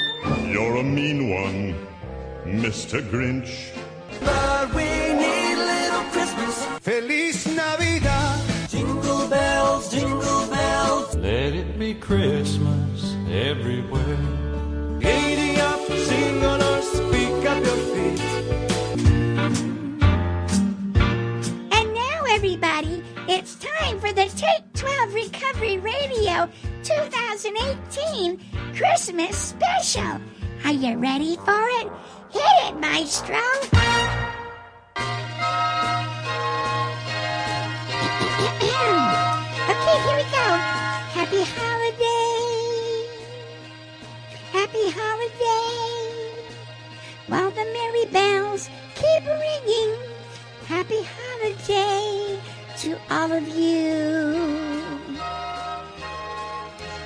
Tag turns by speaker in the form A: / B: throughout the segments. A: You're a mean one, Mr. Grinch.
B: But we need a little Christmas.
C: Feliz Navidad.
B: Jingle bells, jingle bells.
D: Let it be Christmas everywhere.
B: Giddy up, sing on us, pick up your feet.
E: And now, everybody, it's time for the Take 12 Recovery Radio 2018 Christmas Special. Are you ready for it? Hit it, Maestro! okay, here we go. Happy holiday. Happy holiday. While the merry bells keep ringing, happy holiday to all of you.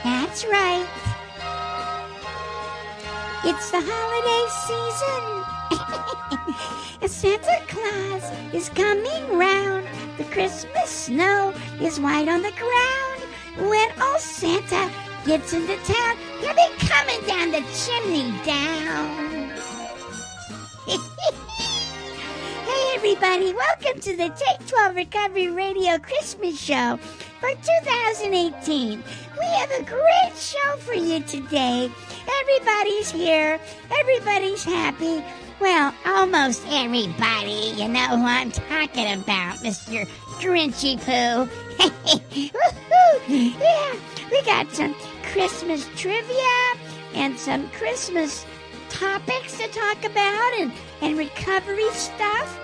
E: That's right. It's the holiday season. Santa Claus is coming round. The Christmas snow is white on the ground. When old Santa gets into town, he'll be coming down the chimney down. Hey everybody, welcome to the Take 12 Recovery Radio Christmas Show for 2018. We have a great show for you today. Everybody's here, everybody's happy. Well, almost everybody. You know who I'm talking about, Mr. Grinchy Poo. Woohoo! yeah, we got some Christmas trivia and some Christmas topics to talk about and, and recovery stuff.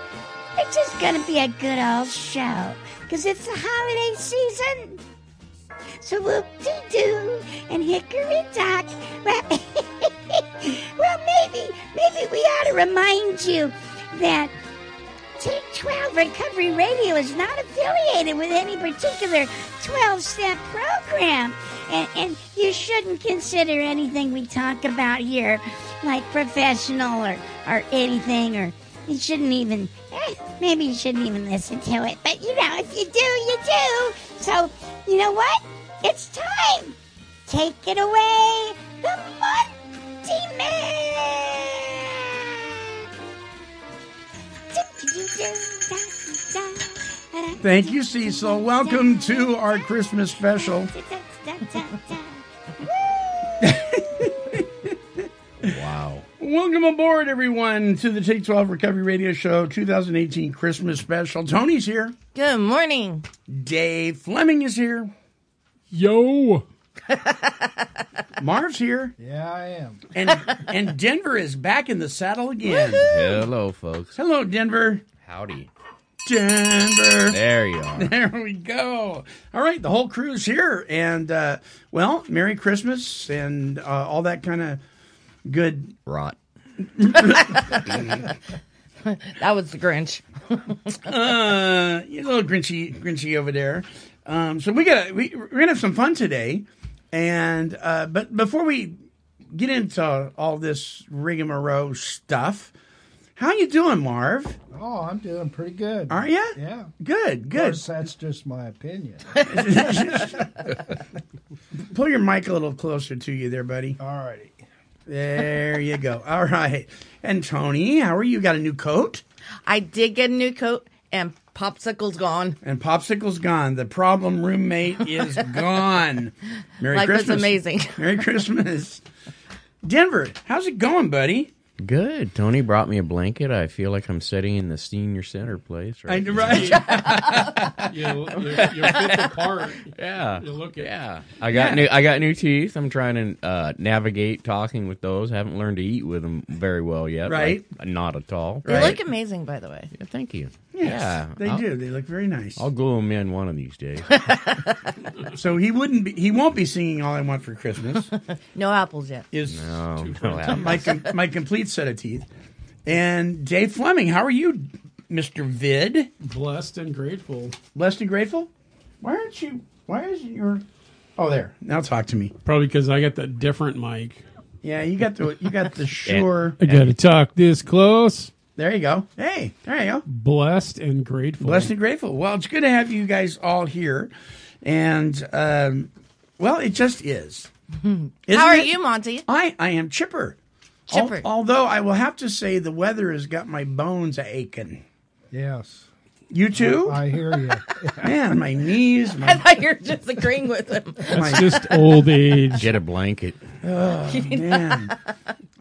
E: It's just going to be a good old show because it's the holiday season. So whoop de doo and hickory dock. Well, well, maybe, maybe we ought to remind you that Take 12 Recovery Radio is not affiliated with any particular 12 step program. And, and you shouldn't consider anything we talk about here like professional or, or anything, or you shouldn't even, eh, maybe you shouldn't even listen to it. But you know, if you do, you do. So, you know what? It's time. Take it away, the Monty Man.
F: Thank you, Cecil. Welcome to our Christmas special.
G: Wow.
F: Welcome aboard, everyone, to the Take 12 Recovery Radio Show 2018 Christmas special. Tony's here.
H: Good morning.
F: Dave Fleming is here.
G: Yo.
F: Marv's here.
I: Yeah, I am.
F: And, and Denver is back in the saddle again.
G: Hello, folks.
F: Hello, Denver.
G: Howdy.
F: Denver.
G: There you are.
F: There we go. All right, the whole crew's here, and uh, well, Merry Christmas and uh, all that kind of good.
G: Rot.
H: That was the Grinch.
F: Uh, you little grinchy, grinchy over there. Um, so we got we, we're gonna have some fun today, and uh, but before we get into all this rigmarole stuff, how you doing, Marv?
I: Oh, I'm doing pretty good.
F: Are you?
I: Yeah. Of
F: Good, good.
I: course, that's just my opinion.
F: Pull your mic a little closer to you, there, buddy.
I: Alrighty.
F: There you go. All right. And Tony, how are you? Got a new coat?
H: I did get a new coat and popsicles gone.
F: And Popsicle's gone. The problem roommate is gone. Merry
H: Life is
F: Christmas.
H: amazing.
F: Merry Christmas. Denver, how's it going, buddy?
G: Good. Tony brought me a blanket. I feel like I'm sitting in the senior center place.
F: I,
G: Right.
F: right.
J: you know, you're, you're fifth apart.
G: yeah.
J: You look at
G: Yeah. I got
F: Yeah.
G: new. I got new teeth. I'm trying to uh, navigate talking with those. I haven't learned to eat with them very well yet.
F: Right.
G: Like, not at all.
H: They
F: Right.
H: look amazing, by the way.
G: Yeah, thank you.
F: Yes,
G: yeah.
F: they
G: I'll-
F: do. They look very nice.
G: I'll glue them in one of these days.
F: so he wouldn't be. He won't be singing "All I Want for Christmas."
H: No apples yet.
F: Is
G: oh, no, Adam.
F: my com- my complete set of teeth. And Dave Fleming, how are you, Mister Vid?
J: Blessed and grateful.
F: Blessed and grateful. Why aren't you? Why isn't your? Oh, there. Now talk to me.
J: Probably because I got that different mic.
F: Yeah, you got the you got the sure.
J: I got to talk this close.
F: There you go. Hey, there you go.
J: Blessed and grateful.
F: Blessed and grateful. Well, it's good to have you guys all here, and um, well, it just is. Isn't
H: How are
F: it? Oh,
H: you, Monty?
F: I I am chipper. Al-
H: Chipper.
F: although I will have to say the weather has got my bones aching.
I: Yes.
F: You too?
I: I hear you.
F: Man, my knees,
H: I
F: my,
H: thought you were just agreeing with him.
J: It's just old age.
G: Get a blanket.
F: man.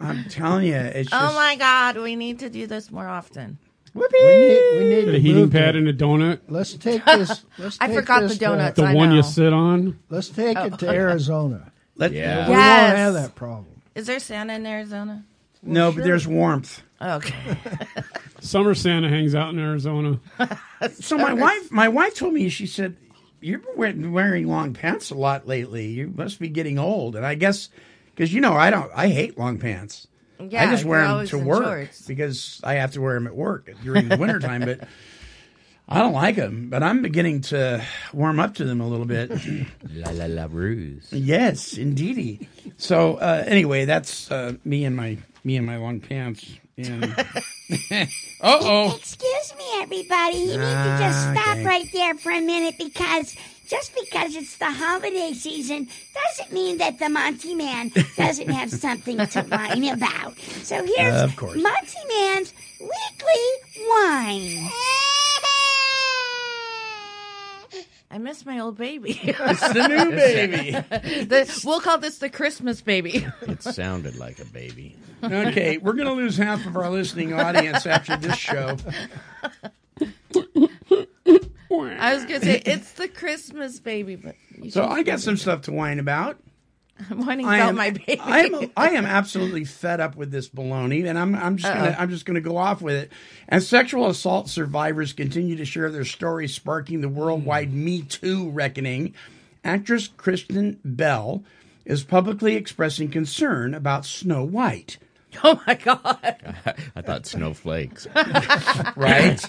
F: I'm telling you, it's just
H: Oh my God, we need to do this more often.
I: we need, we need
J: A
I: to
J: heating
I: move to-
J: pad and a donut.
I: Let's take this. Let's
H: I
I: take
H: forgot the
I: this to-
H: donuts.
J: The
H: I
J: one
H: know.
J: you sit on.
I: let's take it
F: Oh,
I: to Arizona.
F: let,
G: Yeah.
H: Yeah.
I: We won't
H: Yes.
I: have that problem.
H: Is there Santa in Arizona? Oh,
F: no, but there's warmth.
H: Okay.
J: Summer Santa hangs out in Arizona.
F: So
H: Uh,
F: my wife, my wife told me she said, "You've been wearing- wearing long pants a lot lately. You must be getting old." And I guess because you know I don't, I hate long pants.
H: Yeah,
F: I just wear
H: you're
F: them
H: always
F: to
H: in
F: work
H: shorts.
F: because I have to wear them at work during the wintertime, but I don't like them. But I'm beginning to warm up to them a little bit.
G: La la la ruse.
F: yes, indeedy. So uh, anyway, that's uh, me and my me and my long pants. And uh oh,
E: Excuse me, everybody. You need to just
F: Ah,
E: stop
F: okay.
E: right there for a minute because just because it's the holiday season doesn't mean that the Monty Man doesn't have something to whine about. So here's
F: Of course.
E: Monty Man's weekly wine.
H: I miss my old baby.
F: it's the new baby.
H: The- we'll call this the Christmas baby.
G: It sounded like a baby.
F: Okay, we're going to lose half of our listening audience after this show.
H: I was gonna say it's the Christmas baby, but you
F: So I got some stuff to whine about.
H: I'm whining
F: I
H: about
F: am,
H: my baby.
F: I am, I am absolutely fed up with this baloney, and I'm, I'm just gonna, I'm just gonna go off with it. As sexual assault survivors continue to share their stories, sparking the worldwide
H: Hmm.
F: Me Too reckoning, actress Kristen Bell is publicly expressing concern about Snow White.
H: oh my God.
G: I thought snowflakes.
F: right?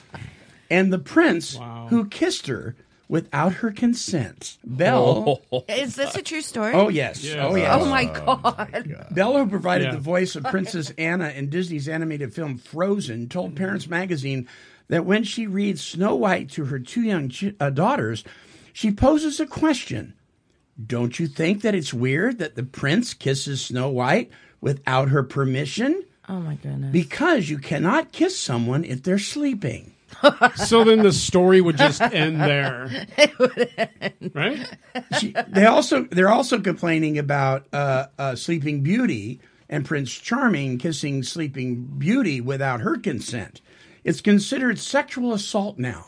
F: and the prince who kissed her without her consent. Belle. Oh,
H: Is this a true story?
F: yes.
J: Yeah.
F: Oh yes.
H: Oh my God.
F: Belle, who provided
J: Yeah.
F: the voice of Princess Anna in Disney's animated film Frozen, told
J: Mm-hmm.
F: Parents Magazine that when she reads Snow White to her two young ch- uh, daughters, she poses a question. Don't you think that it's weird that the prince kisses Snow White without her permission?
H: Oh my goodness.
F: Because you cannot kiss someone if they're sleeping.
J: So then the story would just end there. Right?
F: she, they also they're also complaining about uh, uh, Sleeping Beauty and Prince Charming kissing Sleeping Beauty without her consent. It's considered sexual assault now.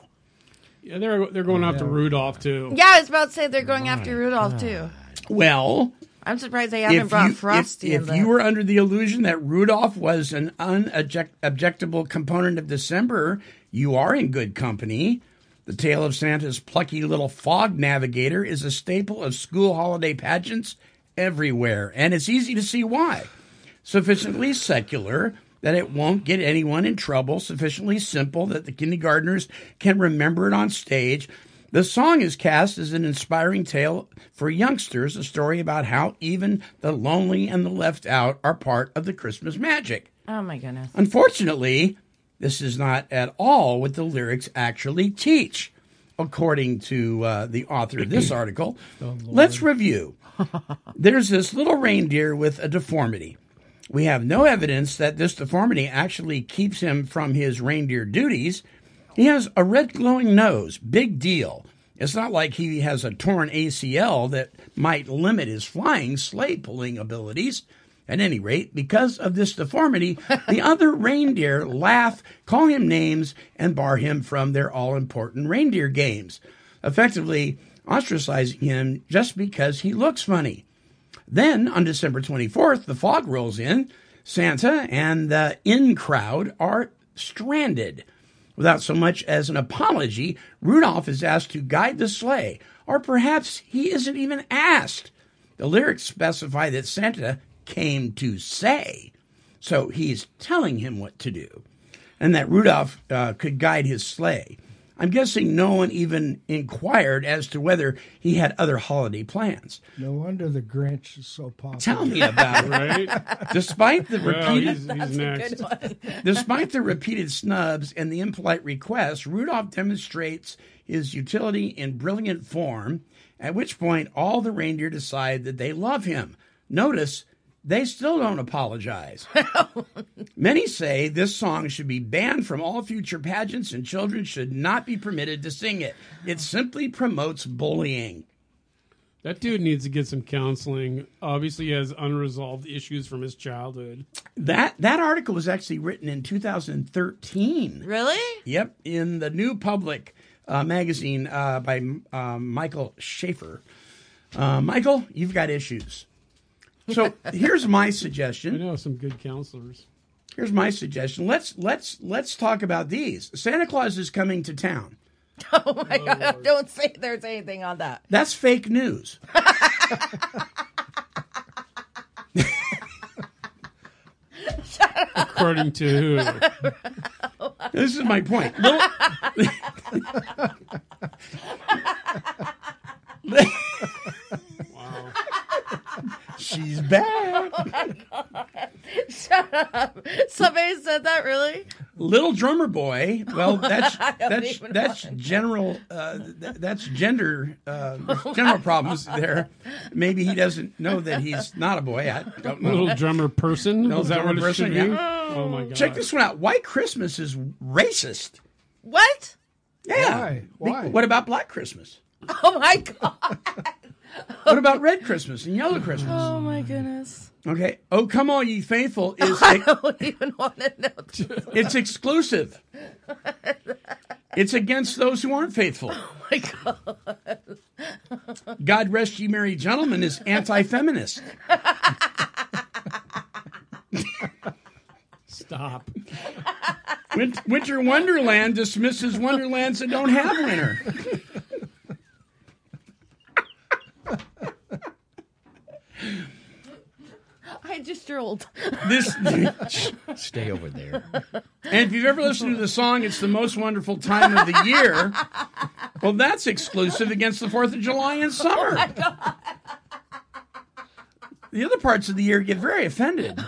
J: Yeah, they're they're going after Rudolph too.
H: yeah, I was about to say they're going after Rudolph too.
F: Well,
H: I'm surprised they
F: if
H: haven't brought
F: you, if,
H: Frosty in
F: if
H: the
F: you were under the illusion that Rudolph was an unobjectable component of December, you are in good company. The tale of Santa's plucky little fog navigator is a staple of school holiday pageants everywhere, and it's easy to see why. Sufficiently secular that it won't get anyone in trouble, sufficiently simple that the kindergartners can remember it on stage. The song is cast as an inspiring tale for youngsters, a story about how even the lonely and the left out are part of the Christmas magic.
H: Oh my goodness.
F: Unfortunately, this is not at all what the lyrics actually teach. According to uh, the author of this article, let's review. There's this little reindeer with a deformity. We have no evidence that this deformity actually keeps him from his reindeer duties. He has a red glowing nose, big deal. It's not like he has a torn ACL that might limit his flying sleigh pulling abilities. At any rate, because of this deformity, the other reindeer laugh, call him names, and bar him from their all important reindeer games, effectively ostracizing him just because he looks funny. Then, on December 24th, the fog rolls in. Santa and the in crowd are stranded. Without so much as an apology, Rudolph is asked to guide the sleigh, or perhaps he isn't even asked. The lyrics specify that Santa came to say, so he's telling him what to do, and that Rudolph uh, could guide his sleigh. I'm guessing no one even inquired as to whether he had other holiday plans.
I: No wonder the Grinch is so popular.
F: Tell me about it.
J: Right?
F: Despite the
J: Well,
F: repeated,
J: he's, he's next.
F: despite the repeated snubs and the impolite requests, Rudolph demonstrates his utility in brilliant form. At which point, all the reindeer decide that they love him. Notice They still don't apologize. Many say this song should be banned from all future pageants and children should not be permitted to sing it. It simply promotes bullying.
J: That dude needs to get some counseling. Obviously, he has unresolved issues from his childhood.
F: That that article was actually written in 2013.
H: Really?
F: Yep, in the New Public uh, magazine uh, by um, Michael Schaefer. Uh, Michael, you've got issues. So here's my
J: I
F: suggestion.
J: know some good counselors.
F: Here's my suggestion. Let's let's let's talk about these. Santa Claus is coming to town.
H: Oh my god! Don't say there's anything on that.
F: That's fake news.
J: According to who?
F: This is my point. Little- She's back.
H: Somebody said that. Really?
F: Little drummer boy. Well, that's that's
H: even
F: that's general. Uh, th- that's gender uh, general problems there. Maybe he doesn't know that he's not a boy. I don't know.
J: Little drummer person?
F: Little
J: Is that
F: drummer
J: what it should
F: person,
J: be?
F: yeah.
J: Oh my god.
F: Check this one out. White Christmas is racist.
H: What?
F: Yeah.
I: Why? Why?
F: What about Black Christmas?
H: Oh my god!
F: What about Red Christmas and Yellow Christmas?
H: Oh my goodness!
F: Okay. Oh, come all ye faithful is
H: I don't even want to know.
F: it's exclusive. It's against those who aren't faithful.
H: Oh my god!
F: God rest ye merry gentlemen is anti-feminist.
J: Stop.
F: Win- Winter Wonderland dismisses Wonderlands that don't have winter.
H: I just drooled.
F: This
G: Stay over there.
F: And if you've ever listened to the song, it's the most wonderful time of the year. Well, that's exclusive against the 4th of July and
H: Oh,
F: summer. the other parts of the year get very offended.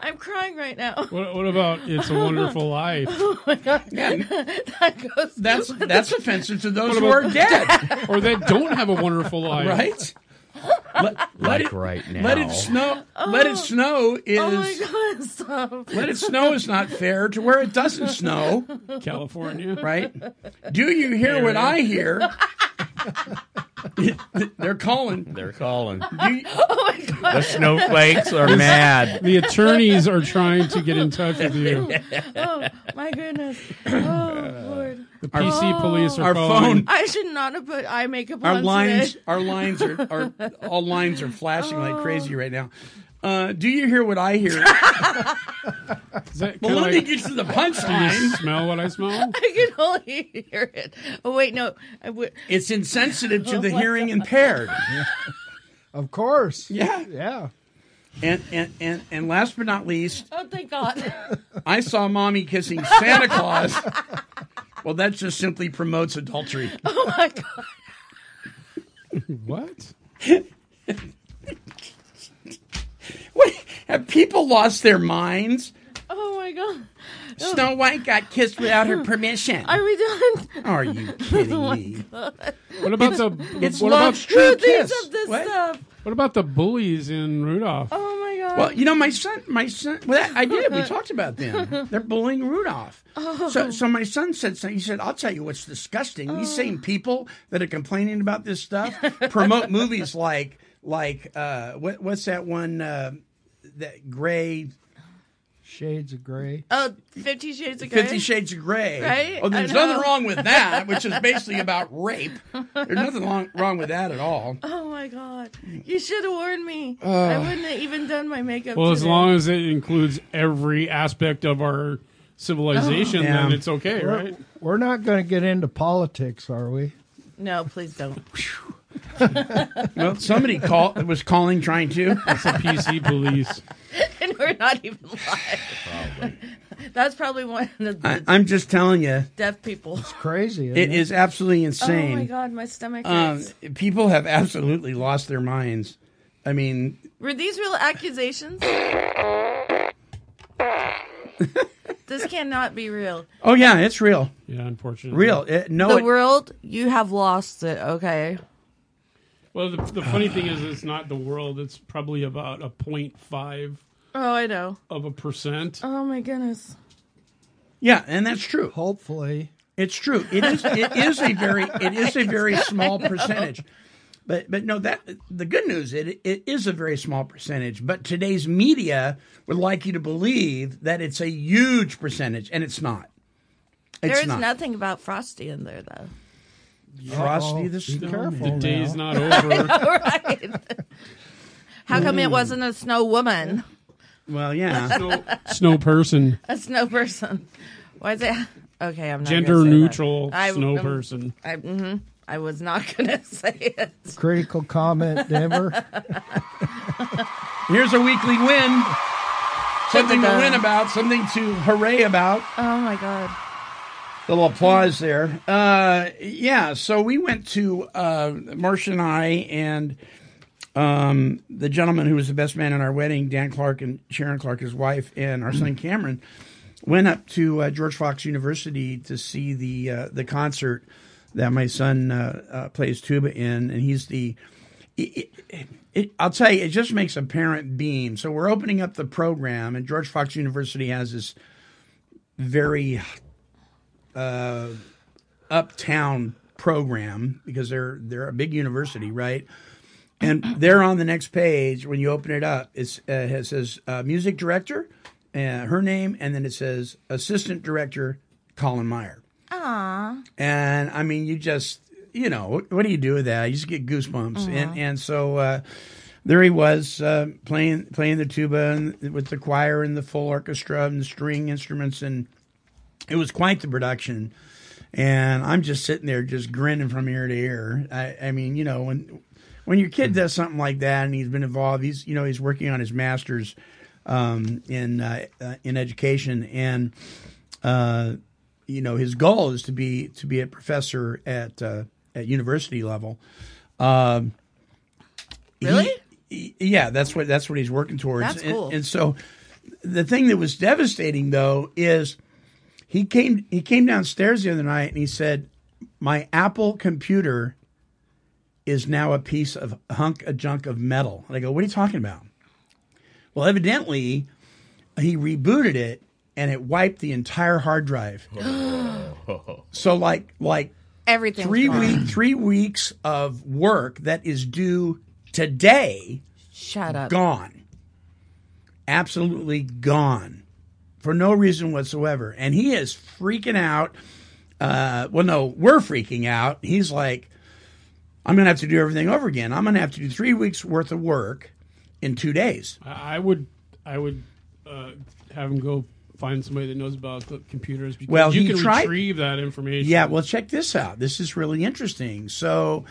H: I'm crying right now.
J: What, what about It's a Wonderful Life?
F: Yeah,
H: That goes.
F: that's that's offensive to those who are dead,
J: Or that don't have a wonderful life.
F: right? Let, let
G: Like
F: it,
G: right now.
F: let it snow. Let it snow
H: oh my
F: is
H: god! Stop.
F: let it snow is not fair to where it doesn't snow,
J: California.
F: right? Do you hear what I hear? They're calling.
G: They're calling.
F: You-
H: Oh,
G: The snowflakes are mad.
J: The attorneys are trying to get in touch with you.
H: Oh my goodness! Oh lord!
J: The PC police are
F: our phone,
J: calling.
H: I should not have put eye makeup on
F: our lines,
H: today.
F: our lines are, are all lines are flashing like crazy right now. Uh, do you hear what I hear?
J: Is that
F: Well,
J: kinda
F: let me
J: like,
F: get to the
J: do you
F: punchline.
J: smell what I smell?
H: I can only hear it. Oh wait, no. I would.
F: It's insensitive to the hearing impaired.
I: Of course.
F: Yeah.
I: Yeah.
F: And, and and and last but not least,
H: Oh thank God.
F: I saw mommy kissing Santa Claus. Well, that just simply promotes adultery.
H: Oh my god.
J: What?
F: What, have people lost their minds?
H: Oh my god.
F: Snow White got kissed without her permission.
H: Are we done?
F: Are you kidding me?
J: What about the
F: It's
J: what
F: love's
J: about,
F: true
H: These
F: kiss.
H: of this
J: uh,
F: What?
H: stuff.
J: what about the bullies in Rudolph?
H: Oh my god.
F: Well, you know, my son, my son, well, that- I did. We talked about them. They're bullying Rudolph.
H: Oh.
F: So, so my son said something. He said, I'll tell you what's disgusting.
H: Oh.
F: These same people that are complaining about this stuff promote movies like, like, uh, what, what's that one, uh, that gray,
I: Shades of gray.
H: Oh, Fifty Shades of Grey.
F: Fifty Shades of Gray.
H: Right?
F: Oh, there's
H: I know.
F: nothing wrong with that, which is basically about rape. There's nothing wrong, wrong with that at all.
H: Oh my god. You should have warned me.
F: Uh.
H: I wouldn't have even done my makeup.
J: Well, as
H: today.
J: long as it includes every aspect of our civilization,
F: Oh. Yeah.
J: then it's okay, right?
I: We're not going to get into politics, are we?
H: No, please don't.
F: Well, somebody call, was calling trying to.
J: It's the PC police.
H: and we're not even live. Probably. That's probably one of the
F: I, I'm just telling you,
H: deaf people.
I: Crazy. Isn't
F: it is absolutely
H: Oh
F: insane.
H: my god, my stomach
F: Um,
H: hurts.
F: people have absolutely lost their minds. I mean,
H: Were these real accusations? this cannot be real.
F: oh yeah, it's real,
H: Oh,
J: Yeah, unfortunately.
F: real. It, no,
H: The
F: it-
H: world, you have lost it. Okay.
J: Well, the, the funny thing is, it's not the world. It's probably about a 0.5
H: Oh, I know.
J: of a percent.
H: Oh my goodness.
F: Yeah, and that's true.
I: Hopefully,
F: It's true. It is. It is a very. It is a very small percentage. But but no, that the good news. It it is a very small percentage. But today's media would like you to believe that it's a huge percentage, and it's not. It's
H: There is
F: not.
H: nothing about Frosty in there, though.
F: Frosty the
I: Be
F: Snowman.
I: careful.
J: The
I: now.
J: day's not over.
H: All right. How come it wasn't a snow woman,
F: Well, yeah.
J: Snow, snow person,
H: a snow person? Why is it? Okay, I'm not gonna
J: gender
H: say that.
J: neutral
H: I-
J: snow
H: um,
J: person.
H: I, hmm I was not gonna say it.
I: Critical comment, Denver.
F: Here's a weekly win. Something to win about. Something to hooray about.
H: Oh my god.
F: little applause there. Uh, yeah, so we went to uh, Marcia and I and um, the gentleman who was the best man in our wedding, Dan Clark and Sharon Clark, his wife, and our son Cameron, went up to uh, George Fox University to see the uh, the concert that my son uh, uh, plays tuba in, and he's the. It, it, it, I'll tell you, it just makes a parent beam. So we're opening up the program, and George Fox University has this very uptown program because they're they're a big university, right? And they're on the next page when you open it up. It's, uh, it says uh, music director, uh, her name, and then it says assistant director Colin Meyer. Aww. And I mean, you just you know what, what do you do with that? You just get goosebumps. And and so. Uh, there he was uh, playing playing the tuba and, with the choir and the full orchestra and the string instruments and it was quite the production and I'm just sitting there just grinning from ear to ear. I, I mean, you know, when when your kid does something like that and he's been involved, he's you know he's working on his master's um, in uh, uh, in education, and uh, you know his goal is to be to be a professor at uh, at university level. Um, he-
H: Really?
F: he- yeah, that's what that's what he's working towards.
H: That's
F: And-
H: cool.
F: and so the thing that was devastating though is he came he came downstairs the other night and he said my apple computer is now a piece of hunk a junk of metal and i go what are you talking about well evidently he rebooted it and it wiped the entire hard drive so like like
H: Everything.
F: three week three weeks of work that is due today
H: Shut up.
F: gone. Absolutely gone. For no reason whatsoever. And he is freaking out. Uh, well, no, we're freaking out. He's like, I'm going to have to do everything over again. I'm going to have to do three weeks worth of work in two days.
J: I, I would, I would uh, have him go find somebody that knows about the computers because
F: Well,
J: you
F: he
J: can
F: tried-
J: retrieve that information.
F: Yeah, well, check this out. This is really interesting. So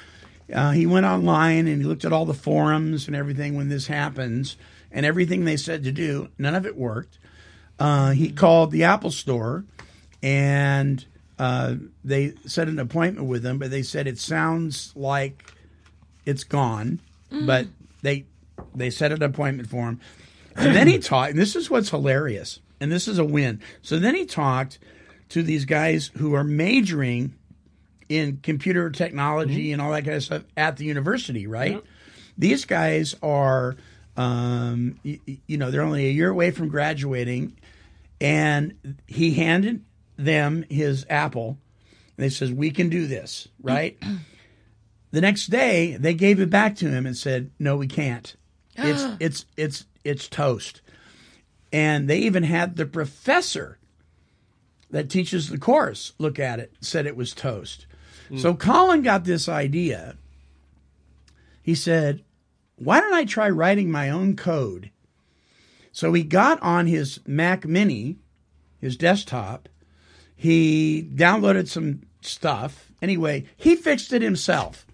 F: uh, he went online and he looked at all the forums and everything when this happens and everything they said to do. None of it worked. Uh, he called the Apple store and uh, they set an appointment with him, but they said it sounds like it's gone, but they they set an appointment for him. And then he talked, and this is what's hilarious, and this is a win. So then he talked to these guys who are majoring in computer technology and all that kind of stuff at the university, right? These guys are, um, y- y- you know, they're only a year away from graduating, and he handed them his Apple, and he says, "We can do this," right? the next day, they gave it back to him and said, "No, we can't. It's it's it's it's toast." And they even had the professor that teaches the course look at it said it was toast. So Colin got this idea. He said, "Why don't I try writing my own code?" So he got on his Mac Mini, his desktop. He downloaded some stuff. Anyway, he fixed it himself.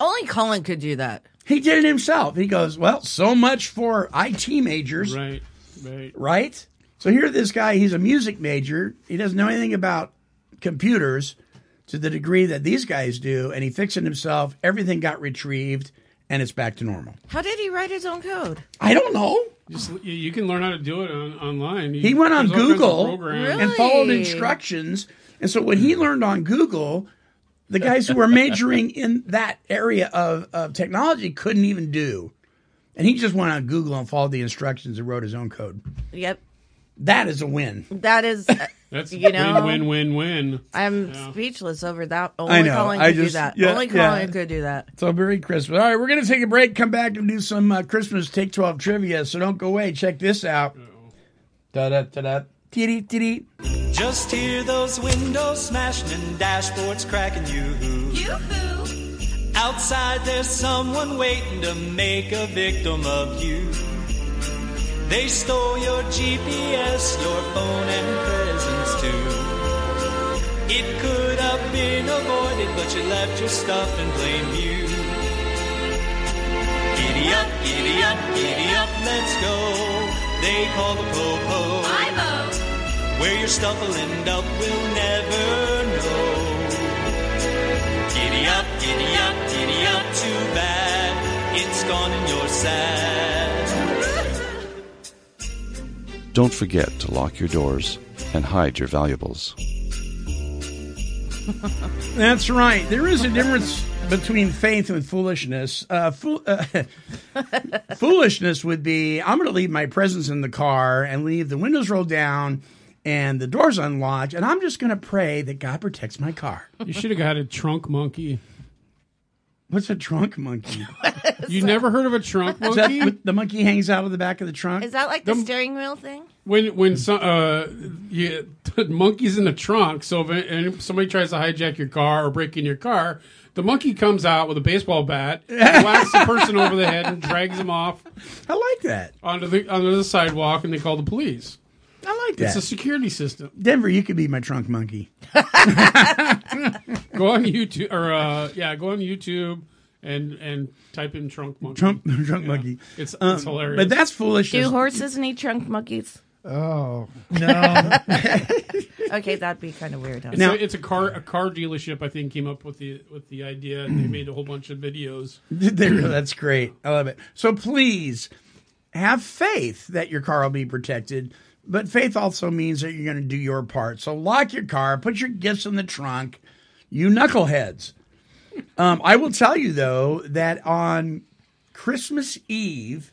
H: Only Colin could do that.
F: He did it himself. He goes, "Well, so much for IT majors."
J: Right. Right.
F: right? So here, this guy, he's a music major. He doesn't know anything about computers to the degree that these guys do, and he fixed it himself. Everything got retrieved, and it's back to normal.
H: How did he write his own code?
F: I don't know.
J: Just you- you can learn how to do it on, online. You-
F: He went on
J: there's all kinds of
F: Google
J: programs.
H: Really?
F: and followed
H: Really?
F: instructions. And so what he learned on Google, the guys who were majoring in that area of, of technology couldn't even do. And he just went on Google and followed the instructions and wrote his own code.
H: Yep.
F: That is a win.
H: That is. uh,
J: That's
H: You know-
J: win, win, win, win.
H: I'm
J: Yeah.
H: speechless over that. Only
F: know,
H: Colin
F: I
H: could do
F: just-
H: that.
F: yeah,
H: Only
F: yeah.
H: Colin could do that.
F: So very Christmas. All right, we're going to take a break, come back and do some uh, Christmas Take 12 trivia. So don't go away. Check this out. Da da da da. Dee dee
B: Just hear those windows smashing and dashboards cracking. You outside, there's someone waiting to make a victim of you. They stole your GPS, your phone, and presents too. It could have been avoided, but you left your stuff and blame you. Giddy up, giddy up, giddy up, let's go. They call the po-po. Where your stuff will end up, we'll never know. Giddy up, giddy up, giddy up, too bad. It's gone and you're sad.
K: Don't forget to lock your doors and hide your valuables.
F: That's right. There is a difference between faith and foolishness. Uh, fool, uh, foolishness would be I'm going to leave my presents in the car and leave the windows rolled down and the doors unlocked, and I'm just going to pray that God protects my car.
J: You should have got a trunk monkey.
F: What's a trunk monkey?
J: You never heard of a trunk
F: Is that
J: monkey?
F: what the monkey hangs out of the back of the trunk?
H: Is that like the
J: Them-
H: steering wheel thing?
J: when when some uh, you, monkeys in the trunk. So if and somebody tries to hijack your car or break in your car, the monkey comes out with a baseball bat, whacks the person over the head, and drags them off
F: I like that.
J: onto the onto the sidewalk, and they call the police.
F: I like
J: It's
F: that.
J: a security system.
F: Denver, you could be my trunk monkey.
J: Go on YouTube or uh, yeah, go on YouTube and and type in trunk monkey.
F: Trump, trunk monkey. Um,
J: It's, it's hilarious.
F: But that's
H: Do
F: foolishness.
H: horses need trunk monkeys?
I: Oh no!
H: Okay, that'd be kind of weird. Huh?
J: So it's a car a car dealership I think came up with the with the idea and
F: Mm.
J: they made a whole bunch of videos.
F: Did they really? That's great. I love it. So please have faith that your car will be protected. But faith also means that you're going to do your part. So lock your car, put your gifts in the trunk, you knuckleheads. Um, I will tell you, though, that on Christmas Eve,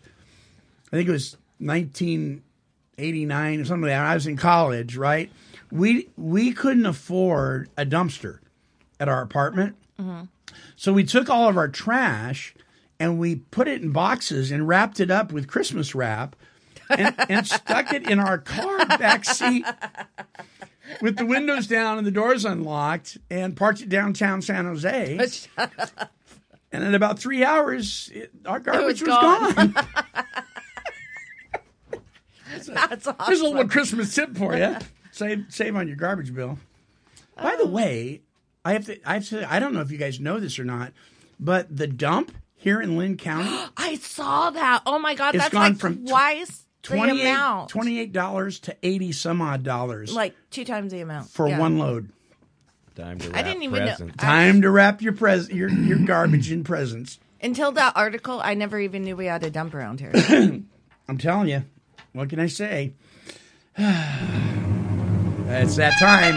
F: I think it was 1989 or something like that, I was in college, right? We, we couldn't afford a dumpster at our apartment. So we took all of our trash and we put it in boxes and wrapped it up with Christmas wrap and, and stuck it in our car back seat with the windows down and the doors unlocked and parked it downtown San Jose. And in about three hours, it, our garbage was,
H: gone.
F: gone.
H: That's
F: Here's a
H: awesome.
F: little Christmas tip for you. Save save on your garbage bill. By
H: Oh.
F: the way, I have to I have to I don't know if you guys know this or not, but the dump here in Lynn County
H: I saw that. Oh my god,
F: It's
H: that's
F: gone
H: like
F: from tw-
H: twice the
F: 28
H: amount.
F: $28 to 80 some odd dollars
H: like two times the amount
F: for
H: Yeah.
F: one load.
G: Time to
H: I didn't
G: wrap
H: even know-
G: presents.
H: I-
F: Time to wrap your pres your your garbage in presents.
H: Until that article, I never even knew we had a dump around here.
F: I'm telling you. What can I say? it's that time.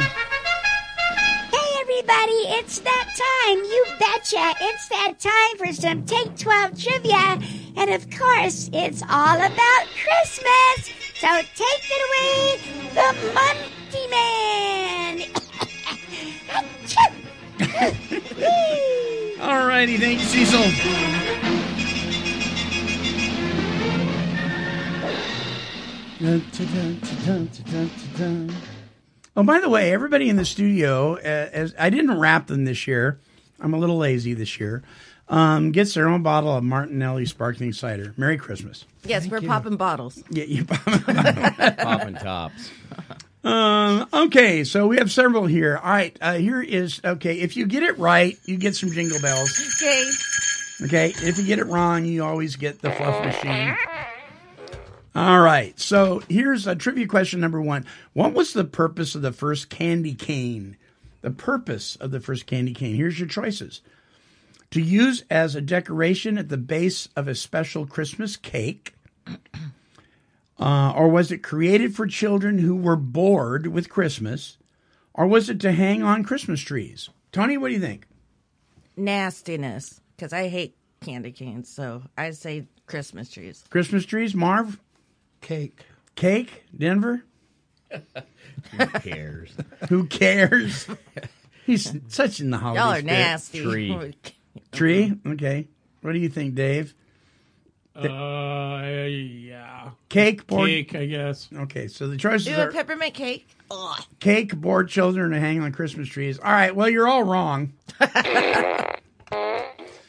E: Hey everybody, it's that time. You betcha. It's that time for some Take 12 trivia. And of course, it's all about Christmas. So take it away, the Monkey Man. Achoo.
F: All righty, thank you, Cecil. Oh, by the way, everybody in the studio, uh, as I didn't wrap them this year, I'm a little lazy this year. Um, gets their own bottle of Martinelli sparkling cider. Merry Christmas!
H: yes, we're popping bottles.
F: Yeah, you.
G: Popping tops.
F: um, okay, so we have several here. All right, uh, here is okay. If you get it right, you get some jingle bells.
H: Okay,
F: Okay, if you get it wrong, you always get the fluff machine. All right, so here's a trivia question number one. What was the purpose of the first candy cane? The purpose of the first candy cane. Here's your choices to use as a decoration at the base of a special Christmas cake, uh, or was it created for children who were bored with Christmas, or was it to hang on Christmas trees? Tony, what do you think?
H: Nastiness, because I hate candy canes, so I say Christmas trees.
F: Christmas trees, Marv?
I: Cake.
F: Cake, Denver?
G: Who cares?
F: Who cares? He's such in the holiday
H: Y'all are
F: spirit.
H: nasty.
F: Tree? Okay. What do you think, Dave?
J: Uh, yeah.
F: Cake, board.
J: Cake, I guess.
F: Okay, so the choices
H: Do
F: are
H: a peppermint cake. Ugh.
F: cake, board children, and hang on Christmas trees. All right, well, you're all wrong.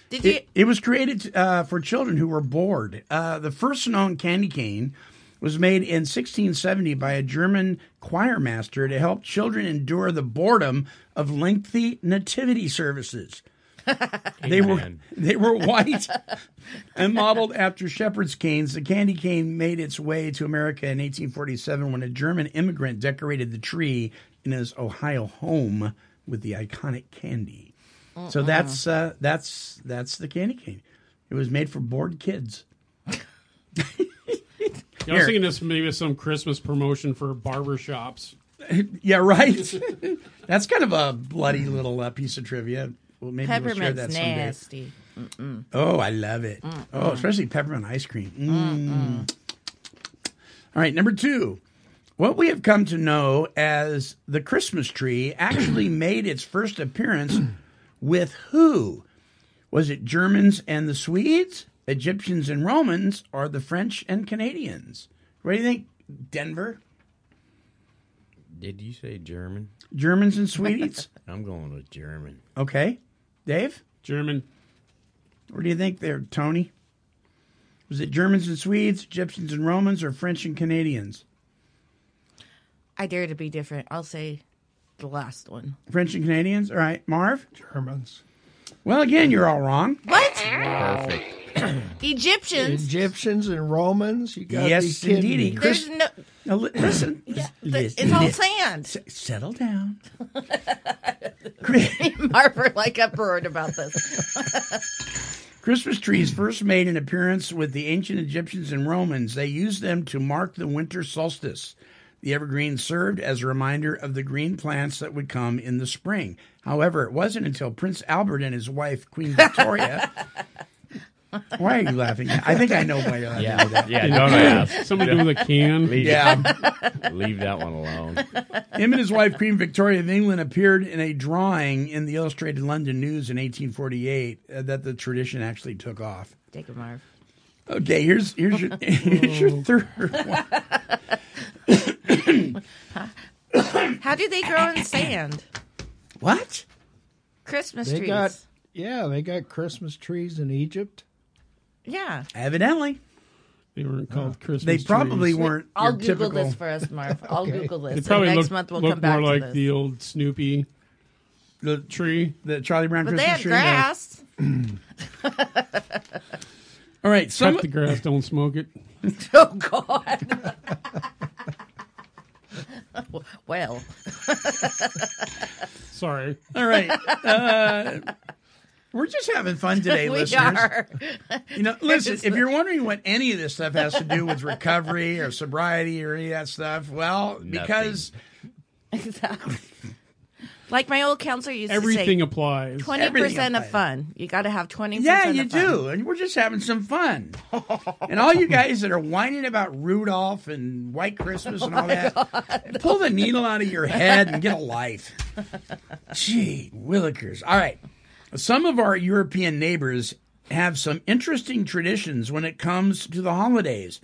H: Did you?
F: It, it was created uh, for children who were bored. Uh, the first known candy cane was made in 1670 by a German choir master to help children endure the boredom of lengthy nativity services. they were
G: Amen.
F: they were white and modeled after shepherd's canes. The candy cane made its way to America in 1847 when a German immigrant decorated the tree in his Ohio home with the iconic candy. So that's uh, that's that's the candy cane. It was made for bored kids.
J: Yeah, I was thinking this maybe some Christmas promotion for barbershops.
F: Yeah, right. that's kind of a bloody little uh, piece of trivia. Well, maybe we'll share that
H: Peppermint's
F: someday.
H: nasty.
F: Oh, I love it. Oh, especially peppermint ice cream. Mm. All right, number two. What we have come to know as the Christmas tree actually made its first appearance with who? Was it Germans and the Swedes, Egyptians and Romans, or the French and Canadians? What do you think, Denver?
G: Did you say German?
F: Germans and Swedes?
G: I'm going with German.
F: Okay. Dave?
J: German.
F: What do you think there, Tony? Was it Germans and Swedes, Egyptians and Romans, or French and Canadians?
H: I dare to be different. I'll say the last one.
F: French and Canadians? All right, Marv?
I: Germans.
F: Well, again, you're all wrong.
H: What?
G: Perfect.
H: Egyptians?
I: Egyptians and Romans. You got
F: Yes,
I: be kidding
F: indeedy.
I: me.
H: There's no.
F: Now, li- listen.
H: th-
F: listen,
H: It's all
F: listen.
H: sand.
F: S- Settle down. Chri-
H: Marver like uproared about this.
F: Christmas trees first made an appearance with the ancient Egyptians and Romans. They used them to mark the winter solstice. The evergreen served as a reminder of the green plants that would come in the spring. However, it wasn't until Prince Albert and his wife, Queen Victoria. why are you laughing? I think I know why you're laughing.
G: Yeah, yeah. Don't ask.
J: Somebody with a can.
G: Leave,
F: Yeah.
G: leave that one alone.
F: Him and his wife, Queen Victoria of England, appeared in a drawing in the Illustrated London News in 1848 uh, that the tradition actually took off.
H: Take a Marv.
F: Okay, here's here's your here's your third one.
H: How do they grow in sand?
F: What?
H: Christmas
I: They
H: trees.
I: got yeah, they got Christmas trees in Egypt.
H: yeah.
F: Evidently,
J: They weren't called Christmas.
F: they probably
J: trees.
F: weren't.
H: I'll
F: your
H: Google
F: typical-
H: this for us, Marv. I'll
I: Okay.
H: Google this.
J: They
H: and
J: probably
H: next
J: look,
H: month we'll
J: look
H: come back
J: more like
H: to this.
J: the old Snoopy
F: the,
J: tree.
F: the Charlie Brown
H: but they
F: Christmas
H: had
F: tree.
H: grass.
F: All right, some
J: Cut the grass, don't smoke it.
H: Oh God. well,
J: Sorry.
F: all right. Uh, we're just having fun today,
H: we
F: listeners.
H: are.
F: You know, listen, if you're wondering what any of this stuff has to do with recovery or sobriety or any of that stuff, well, because
H: Exactly. Like my old counselor used
J: Everything
H: to say,
J: applies.
H: twenty percent
F: Everything
H: of fun. You got to have twenty.
F: yeah, you do, and we're just having some fun. and all you guys that are whining about Rudolph and White Christmas and all that, pull the needle out of your head and get a life. Gee, Willikers. All right, some of our European neighbors have some interesting traditions when it comes to the holidays.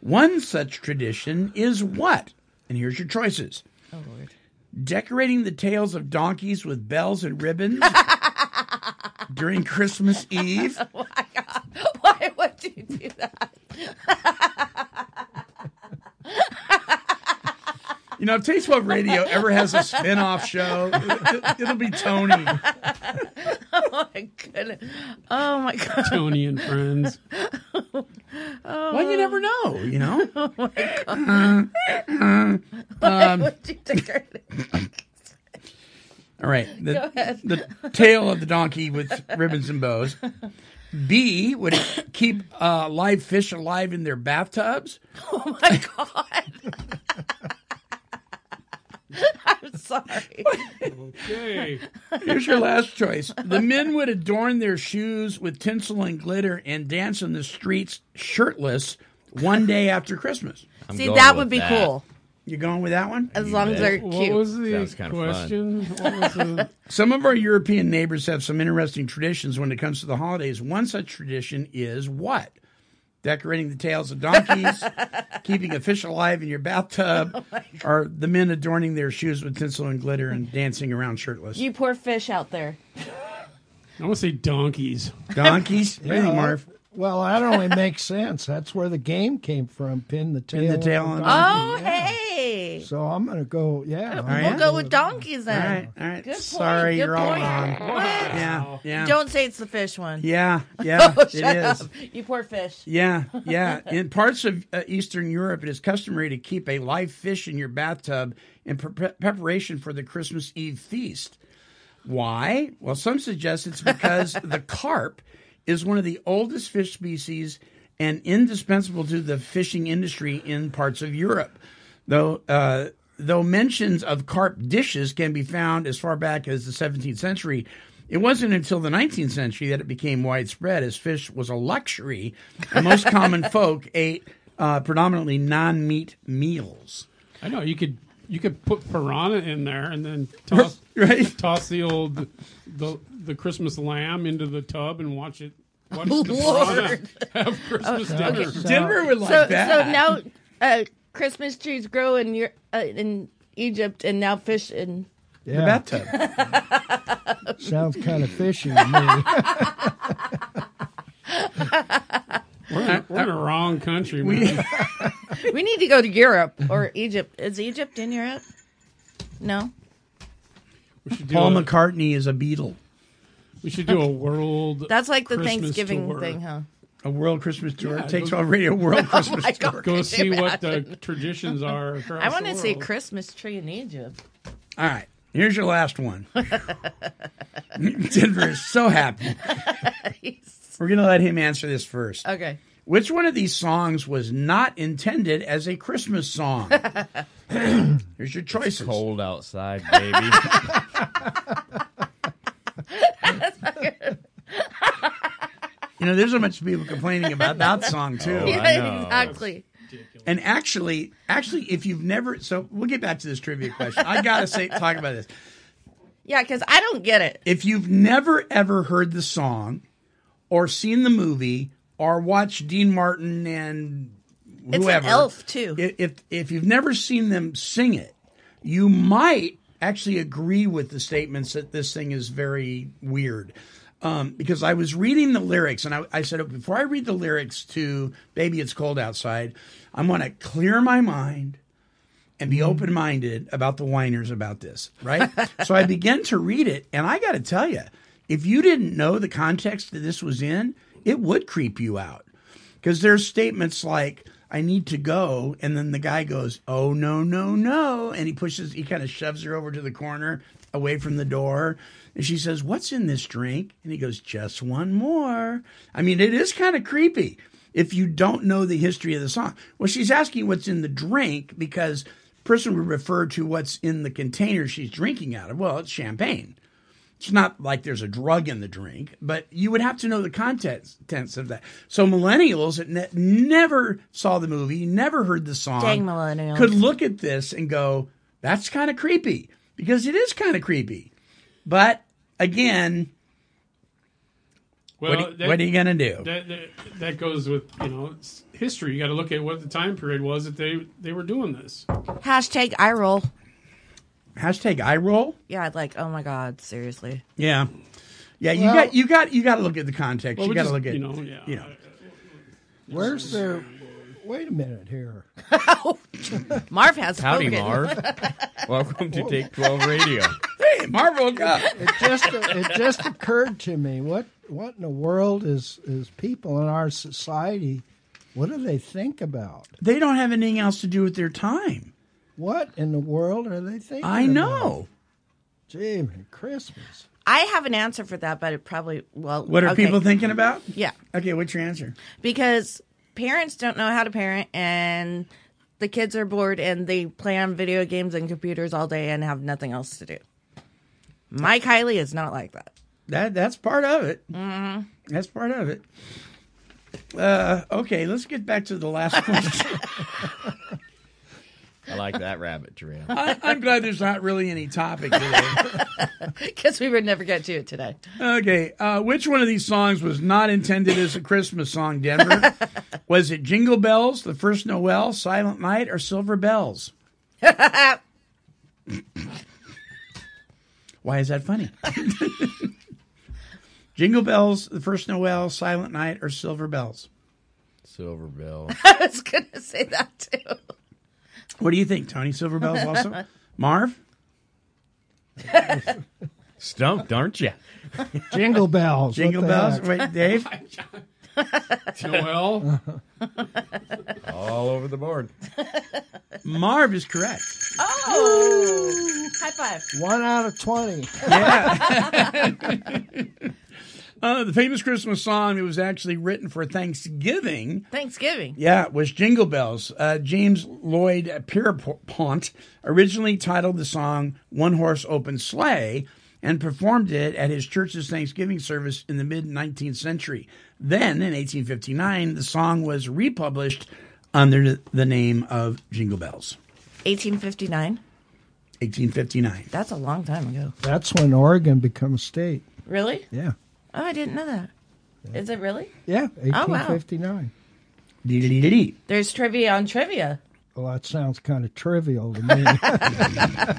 F: One such tradition is what? And here's your choices.
H: Oh Lord.
F: decorating the tails of donkeys with bells and ribbons during Christmas Eve.
H: Why would you do that?
F: You know, if Taste Twelve Radio ever has a spin-off show, it, will be Tony.
H: Oh my goodness. Oh my God.
J: Tony and friends.
F: Well, you never know, you know.
H: Why would you decorate it?
F: All right. The, the tail of the donkey with ribbons and bows. B would keep uh, live fish alive in their bathtubs.
H: Oh my God. I'm sorry.
J: Yay.
F: Here's your last choice. The men would adorn their shoes with tinsel and glitter and dance in the streets shirtless one day after Christmas.
H: I'm See, going that with would be that. cool.
F: You're going with that one?
H: As You long as bet. they're
J: What
H: cute.
J: was the
F: Sounds kinda fun.
J: question? What was the-
F: Some of our European neighbors have some interesting traditions when it comes to the holidays. One such tradition is what? Decorating the tails of donkeys, keeping a fish alive in your
H: Oh
F: bathtub, or the men adorning their shoes with tinsel and glitter and dancing around shirtless.
L: You poor fish out there.
J: I want to say donkeys.
F: Donkeys? What do you think, Marv?
I: Well, that only makes sense. That's where the game came from. Pin the tail.
F: the
I: on
F: tail on
H: Oh,
I: donkey.
H: hey.
I: So I'm gonna go. Yeah,
H: We'll go with donkeys then.
F: All right, all right.
H: Good point.
F: Sorry,
H: good
F: you're all
H: point.
F: wrong.
H: What?
F: Yeah, yeah.
H: Don't say it's the fish one.
F: Yeah, yeah,
H: oh,
F: it
H: shut
F: is.
H: Up. You poor fish.
F: Yeah, yeah. In parts of uh, Eastern Europe, it is customary to keep a live fish in your bathtub in pre- preparation for the Christmas Eve feast. Why? Well, some suggest it's because the carp is one of the oldest fish species and indispensable to the fishing industry in parts of Europe. Though, uh, though mentions of carp dishes can be found as far back as the 17th century, it wasn't until the 19th century that it became widespread, as fish was a luxury, and most common folk ate uh, predominantly non-meat meals.
J: I know you could you could put piranha in there and then toss toss the old the the Christmas lamb into the tub and watch it. Watch the piranha
L: Lord.
J: have Christmas
L: Oh,
J: dinner.
L: okay.
F: would like
L: so,
F: that.
L: So now uh, Christmas trees grow in your uh, in Egypt, and now fish in.
I: Yeah. Sounds kind of fishy to me.
J: We're in, we're in the wrong country, man.
H: we need to go to Europe or Egypt. Is Egypt in Europe? No.
F: Paul
J: a-
F: McCartney is a beetle.
J: We should do a world.
H: That's like the
J: Christmas
H: Thanksgiving
J: tour.
H: thing, huh?
F: A world Christmas tour.
J: Yeah,
F: Take
J: go-
F: 12 Radio World Christmas tour.
J: Go see what the traditions are. Across
H: I want to
J: the
H: see a
J: world.
H: Christmas tree in Egypt.
F: All right. Here's your last one. Denver is so happy. We're going to let him answer this first.
H: Okay.
F: Which one of these songs was not intended as a Christmas song? Here's your choices.
G: cold outside, baby.
F: you know, there's so much people complaining about that song
H: Oh,
F: too.
L: Yeah, exactly.
F: And actually, actually, if you've never, so we'll get back to this trivia question. I gotta say, talk about this.
H: Yeah, because I don't get it.
F: If you've never ever heard the song, or seen the movie, or watched Dean Martin and
H: It's
F: whoever,
H: an elf too.
F: i- if if you've never seen them sing it, you might actually agree with the statements that this thing is very weird. Um, because I was reading the lyrics and I, I said, "Oh, before I read the lyrics to Baby It's Cold Outside, I'm going to clear my mind and be open minded about the whiners about this, right? so I began to read it. And I got to tell you, if you didn't know the context that this was in, it would creep you out because there's statements like i need to go and then the guy goes oh no no no and he pushes he kind of shoves her over to the corner away from the door and she says what's in this drink and he goes just one more i mean it is kind of creepy if you don't know the history of the song well she's asking what's in the drink because person would refer to what's in the container she's drinking out of well it's champagne it's not like there's a drug in the drink, but you would have to know the contents contents of that. So millennials that ne- never saw the movie, never heard the song,
H: Dang millennials.
F: could look at this and go, "That's kind of creepy," because it is kind of creepy. But again,
J: Well,
F: what, are-
J: that-
F: what are you gonna do?
J: That, that, that goes with you know it's history. You got to look at what the time period was that they they were doing this.
H: Hashtag eye roll.
F: Hashtag eye roll.
H: Yeah, like, oh my God, seriously.
F: Yeah, yeah. you
H: Well-
F: got you got you got to look at the context.
J: Well,
F: you
J: we
F: got to
J: just-
F: look at
J: you know, yeah.
F: you know.
I: Where's their? Wait a minute here.
H: Marv has
G: Howdy,
H: spoken.
G: Marv. Welcome to Take 12 Radio.
F: Hey, Marv woke up.
I: It just it just occurred to me what what in the world is is people in our society? What do they think about?
F: They don't have anything else to do with their time.
I: What in the world are they thinking?
F: I know.
I: About? Gee, man, Christmas.
H: I have an answer for that, but it probably, well.
F: What are
H: okay.
F: people thinking about?
H: Yeah.
F: Okay, what's your answer?
H: because parents don't know how to parent and the kids are bored and they play on video games and computers all day and have nothing else to do. Mike Hiley is not like that.
F: That that's part of it. That's part of it. Uh, okay, let's get back to the last question.
G: I like that rabbit trail.
F: I, I'm glad there's not really any topic today.
H: Because we would never get to it today.
F: Okay, uh, which one of these songs was not intended as a Christmas song, Denver? was it Jingle Bells, The First Noel, Silent Night, or Silver Bells? Why is that funny? Jingle Bells, The First Noel, Silent Night, or Silver Bells?
G: Silver Bells.
H: I was going to say that too.
F: What do you think, Tony? Silver Bells also? Marv?
G: Stumped, aren't you?
I: Jingle bells.
F: Jingle
I: what the
F: Bells?
I: heck?
F: Wait, Dave?
J: Noel?
G: All over the board.
F: Marv is correct.
L: Oh, high five.
I: One out of twenty.
F: Uh, the famous Christmas song, it was actually written for Thanksgiving.
H: Thanksgiving.
F: Yeah, it was Jingle Bells. Uh, James Lloyd Pierpont originally titled the song One Horse Open Sleigh and performed it at his church's Thanksgiving service in the mid 19th century. Then, in 1859, the song was republished under the name of Jingle Bells.
H: 1859.
F: 1859.
H: That's a long time ago.
I: That's when Oregon becomes state.
L: Really?
I: Yeah.
L: Oh, I didn't know that. Is it really?
I: Yeah.
F: Oh,
L: wow.
I: 1859.
F: Dee-dee-dee-dee.
L: There's trivia on trivia.
I: Well, that sounds kind of trivial to me.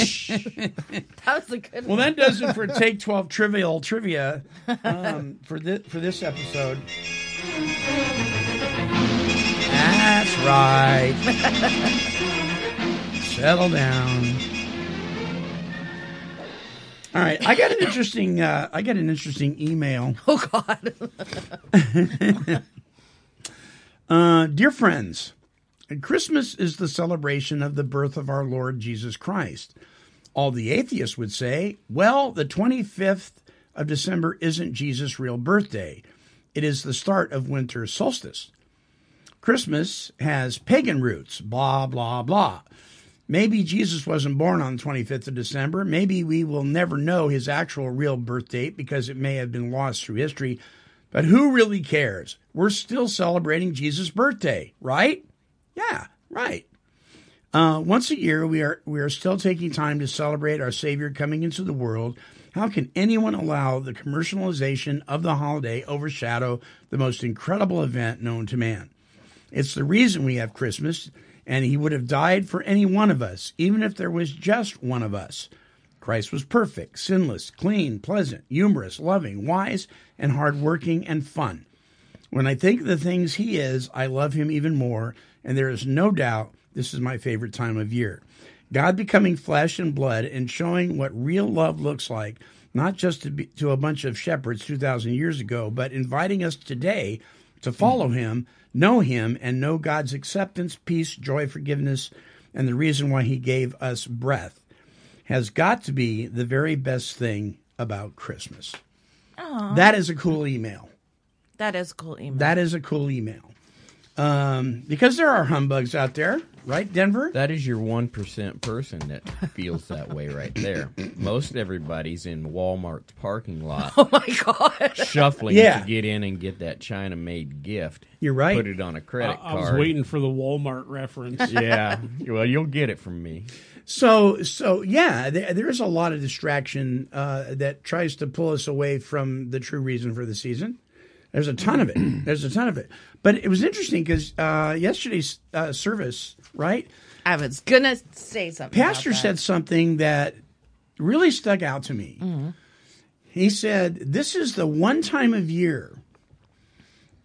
L: That was a good
F: Well, that does it for Take 12 Trivial Trivia um, for, this, for this episode. That's right. Settle down. All right, I got an interesting. Uh, I got an interesting email.
H: Oh, God.
F: Uh, dear friends, Christmas is the celebration of the birth of our Lord Jesus Christ. All the atheists would say, well, the 25th of December isn't Jesus' real birthday. It is the start of winter solstice. Christmas has pagan roots, blah, blah, blah. Maybe Jesus wasn't born on the 25th of December. Maybe we will never know his actual real birth date because it may have been lost through history. But who really cares? We're still celebrating Jesus' birthday, right? Yeah, right. Uh, once a year, we are we are still taking time to celebrate our Savior coming into the world. How can anyone allow the commercialization of the holiday overshadow the most incredible event known to man? It's the reason we have Christmas, and he would have died for any one of us, even if there was just one of us. Christ was perfect, sinless, clean, pleasant, humorous, loving, wise, and hardworking and fun. When I think of the things he is, I love him even more, and there is no doubt this is my favorite time of year. God becoming flesh and blood and showing what real love looks like, not just to, be, to a bunch of shepherds 2,000 years ago, but inviting us today to follow him, know him, and know God's acceptance, peace, joy, forgiveness, and the reason why he gave us breath has got to be the very best thing about Christmas. That is a cool email.
H: That is a cool email.
F: That is a cool email. Um, because there are humbugs out there, right, Denver?
G: That is your one percent person that feels that way right there. Most everybody's in Walmart's parking lot,
H: oh, my God.
G: shuffling
F: Yeah.
G: to get in and get that China-made gift.
F: You're right.
G: Put it on a
J: I,
G: credit
J: I
G: card.
J: was waiting for the Walmart reference.
G: Yeah. Well, you'll get it from me.
F: So, so yeah, there, there is a lot of distraction uh, that tries to pull us away from the true reason for the season. There's a ton of it. There's a ton of it. But it was interesting because uh, yesterday's uh, service, right?
H: I was going to say something. about
F: pastor
H: that.
F: said something that really stuck out to me. He said, "This is the one time of year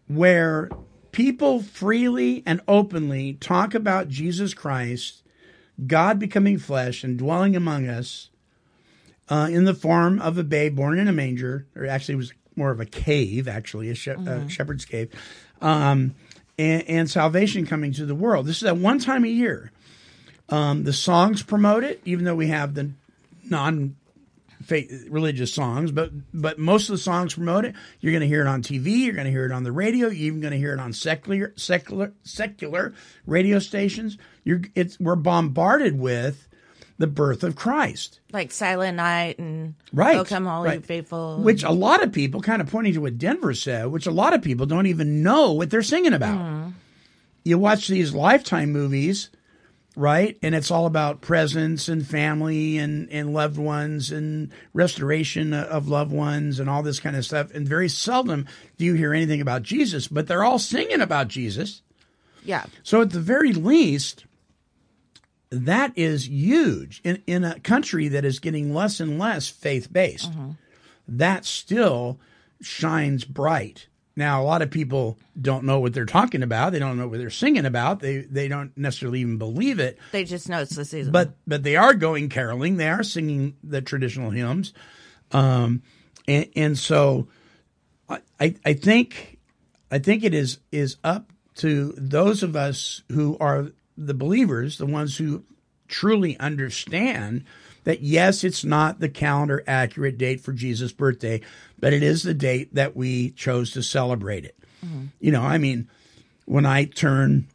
F: where people freely and openly talk about Jesus Christ, God becoming flesh and dwelling among us uh, in the form of a babe born in a manger, or actually it was more of a cave, actually a, she- a shepherd's cave." Um, and, and salvation coming to the world. This is that one time a year the songs promote it, even though we have the non religious songs, but but most of the songs promote it. You're going to hear it on TV. You're going to hear it on the radio. You're even going to hear it on secular secular secular radio stations. You're it's we're bombarded with the birth of Christ.
H: like Silent Night and
F: Right.
H: Oh Come All You
F: right.
H: Faithful,
F: Which a lot of people, kind of pointing to what Denver said, which a lot of people don't even know what they're singing about. You watch these Lifetime movies, right? And it's all about presence and family and, and loved ones and restoration of loved ones and all this kind of stuff. And very seldom do you hear anything about Jesus, but they're all singing about Jesus.
H: yeah,
F: So at the very least, that is huge in, in a country that is getting less and less faith based. That still shines bright. Now, a lot of people don't know what they're talking about. They don't know what they're singing about. They they don't necessarily even believe it.
H: they just know it's the season.
F: But but they are going caroling. They are singing the traditional hymns, um, and, and so I- I I think I think it is is up to those of us who are the believers, the ones who truly understand that yes, it's not the calendar accurate date for Jesus' birthday, but it is the date that we chose to celebrate it. You know, I mean, when I turn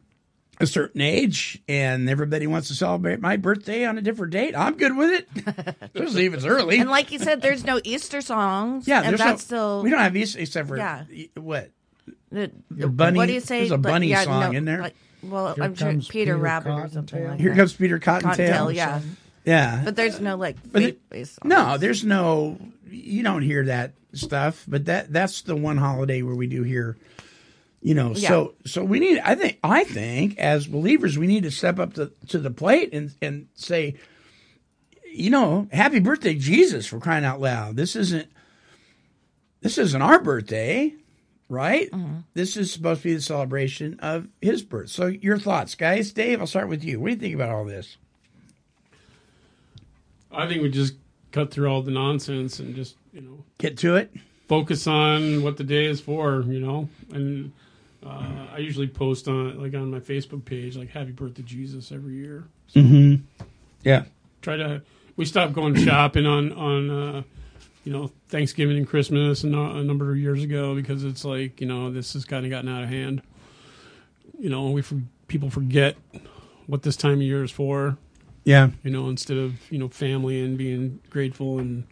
F: a certain age and everybody wants to celebrate my birthday on a different date, I'm good with it. Especially if it's early.
H: and like you said, there's no Easter songs.
F: yeah,
H: and
F: there's
H: that's
F: no,
H: still
F: we don't have Easter except for
H: Yeah.
F: what
H: The,
F: The bunny-
H: What do you say?
F: there's a
H: Like,
F: bunny
H: yeah,
F: song
H: no,
F: in there.
H: Like, well,
F: Here
H: I'm sure
F: comes
H: Peter,
F: Peter
H: Rabbit or something. Like
F: Here
H: that.
F: comes Peter Cottontail.
H: yeah,
F: Yeah.
H: But there's no like
F: But
H: faith
F: the-
H: based.
F: no, there's no. You don't hear that stuff, but that that's the one holiday where we do hear. You know, so so we need. I think I think as believers we need to step up to to the plate and and say, you know, happy birthday, Jesus, for crying out loud. This isn't. This isn't our birthday, right? This is supposed to be the celebration of his birth. So, your thoughts, guys? Dave, I'll start with you. What do you think about all this?
J: I think we just cut through all the nonsense and just you know
F: get to it.
J: Focus on what the day is for, you know. And uh, I usually post on like on my Facebook page like Happy Birthday Jesus every year.
F: Mm-hmm. Yeah.
J: Try to we stopped going shopping on on uh, you know Thanksgiving and Christmas and uh, a number of years ago because it's like you know this has kind of gotten out of hand. You know we for, people forget what this time of year is for
F: Yeah.
J: you know, instead of you know family and being grateful and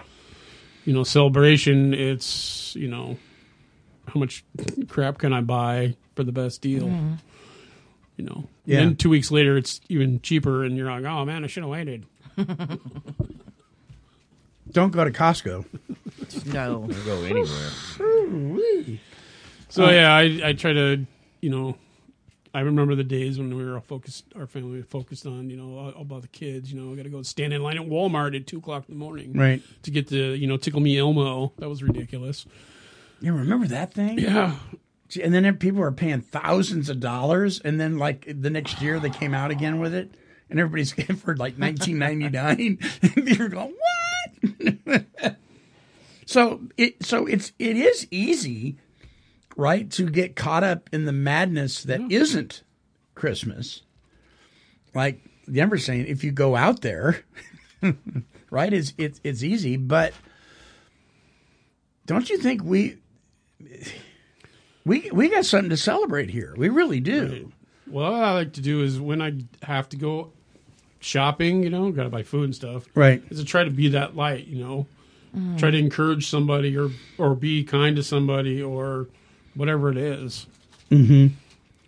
J: you know celebration, it's you know how much crap can I buy for the best deal?
M: Mhm.
J: You know,
F: Yeah.
J: And then two weeks later, it's even cheaper, and you're like, oh man, I should have waited.
F: Don't go to Costco.
H: no,
G: Don't go anywhere.
J: So
F: Uh,
J: yeah, I I try to you know. I remember the days when we were all focused, our family was focused on, you know, all all about the kids, you know, got to go stand in line at Walmart at two o'clock in the morning.
F: Right.
J: To get the, you know, tickle me Elmo. That was ridiculous.
F: You remember that thing?
J: Yeah.
F: Gee, And then there- people were paying thousands of dollars, and then like the next year they came out again with it, and everybody's for like 1999. and you're going what? so it so it's it is easy, right, to get caught up in the madness that not Christmas. Like Denver's saying, if you go out there, right, it's it's it's easy, but don't you think we we we got something to celebrate here? We really do.
J: Well, what I like to do is when I have to go shopping, you know, got to buy food and stuff.
F: Right.
J: Is to try to be that light, you know,
M: Mhm.
J: try to encourage somebody or or be kind to somebody or whatever it is.
F: Mm-hmm.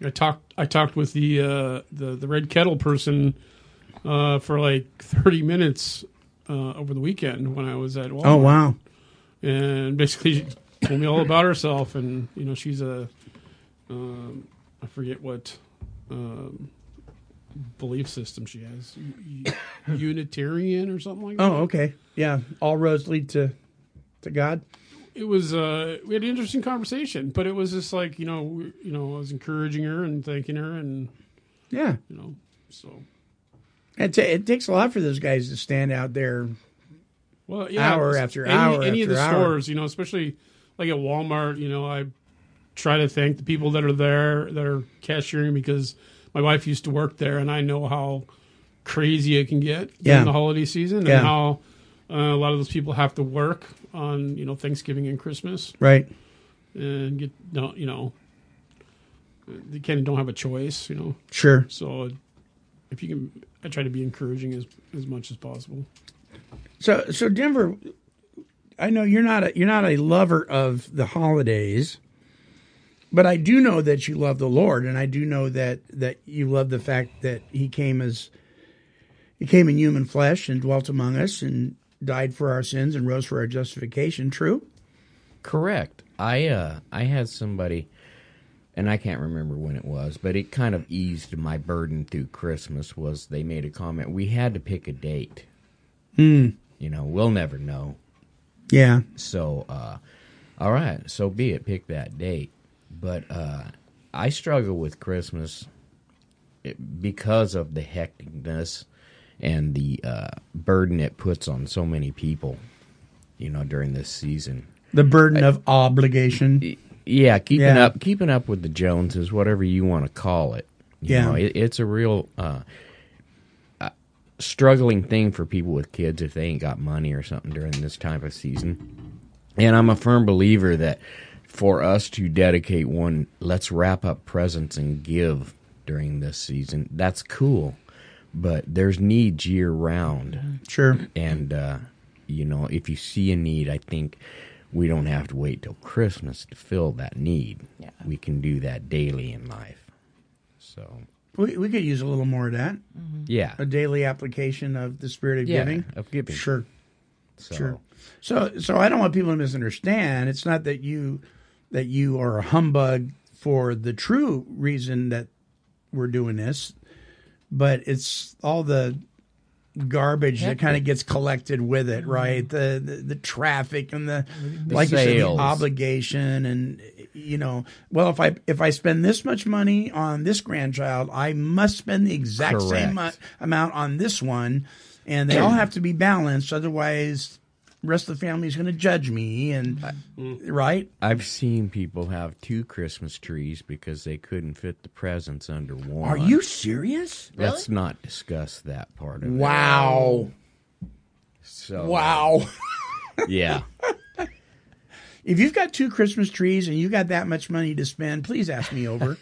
J: I talked I talked with the uh, the the red kettle person uh, for like thirty minutes uh, over the weekend when I was at Walmart.
F: Oh, wow.
J: And basically, she told me all about herself, and you know, she's a um, I forget what um, belief system she has, U- U- Unitarian or something like that.
F: Oh, okay. Yeah, all roads lead to to God.
J: it was uh we had an interesting conversation but it was just like you know we, you know i was encouraging her and thanking her and
F: Yeah.
J: you know so
F: It, ta- it takes a lot for those guys to stand out there.
J: well yeah
F: Hour
J: it's-
F: after
J: any,
F: hour
J: any of
F: after
J: the
F: hour.
J: stores you know especially like at walmart you know i try to thank the people that are there that are cashiering because my wife used to work there and i know how crazy it can get
F: Yeah.
J: during the holiday season
F: Yeah.
J: and how uh, a lot of those people have to work on you know thanksgiving and christmas
F: Right.
J: and get no, you know, they kind of don't have a choice, you know.
F: Sure.
J: So if you can, I try to be encouraging as as much as possible.
F: So so Denver, I know you're not a, you're not a lover of the holidays, but I do know that you love the Lord, and I do know that that you love the fact that He came as He came in human flesh and dwelt among us and died for our sins and rose for our justification. True.
G: Correct. I uh I had somebody and I can't remember when it was, but it kind of eased my burden through Christmas was they made a comment we had to pick a date.
F: Hmm.
G: You know, we'll never know.
F: Yeah.
G: So uh all right, so be it, pick that date. But uh I struggle with Christmas it- because of the hecticness and the uh burden it puts on so many people, you know, during this season.
F: The burden of
G: E
F: obligation.
G: Yeah, keeping
F: Yeah.
G: up, keeping up with the Joneses, whatever you want to call it. You
F: Yeah.
G: know, it, it's a real uh, uh, struggling thing for people with kids if they ain't got money or something during this type of season. And I'm a firm believer that for us to dedicate one, let's wrap up presents and give during this season. That's cool, but there's needs year round.
F: Sure.
G: And uh, you know, if you see a need, I think we don't have to wait till Christmas to fill that need. Yeah. We can do that daily in life. So
F: We we could use a little more of that.
G: Yeah.
F: A daily application of the spirit of
G: Yeah,
F: giving.
G: of giving.
F: Sure.
G: So-
F: Sure. So so I don't want people to misunderstand. It's not that you that you are a humbug for the true reason that we're doing this, but it's all the garbage that
G: Hectic.
F: kind of gets collected with it, right? The the, the traffic and the,
G: The
F: like you said, the
G: sales.
F: obligation and you know, well if I if I spend this much money on this grandchild, I must spend the exact same
G: Correct.
F: mu- amount on this one, and they all have to be balanced. Otherwise, rest of the family is going to judge me. And
G: Mm-hmm.
F: right,
G: I've seen people have two Christmas trees because they couldn't fit the presents under one.
F: are you serious?
G: Let's not discuss that part of it.
F: Wow!
G: So
F: Wow!
G: Yeah.
F: if you've got two Christmas trees and you got that much money to spend, please ask me over.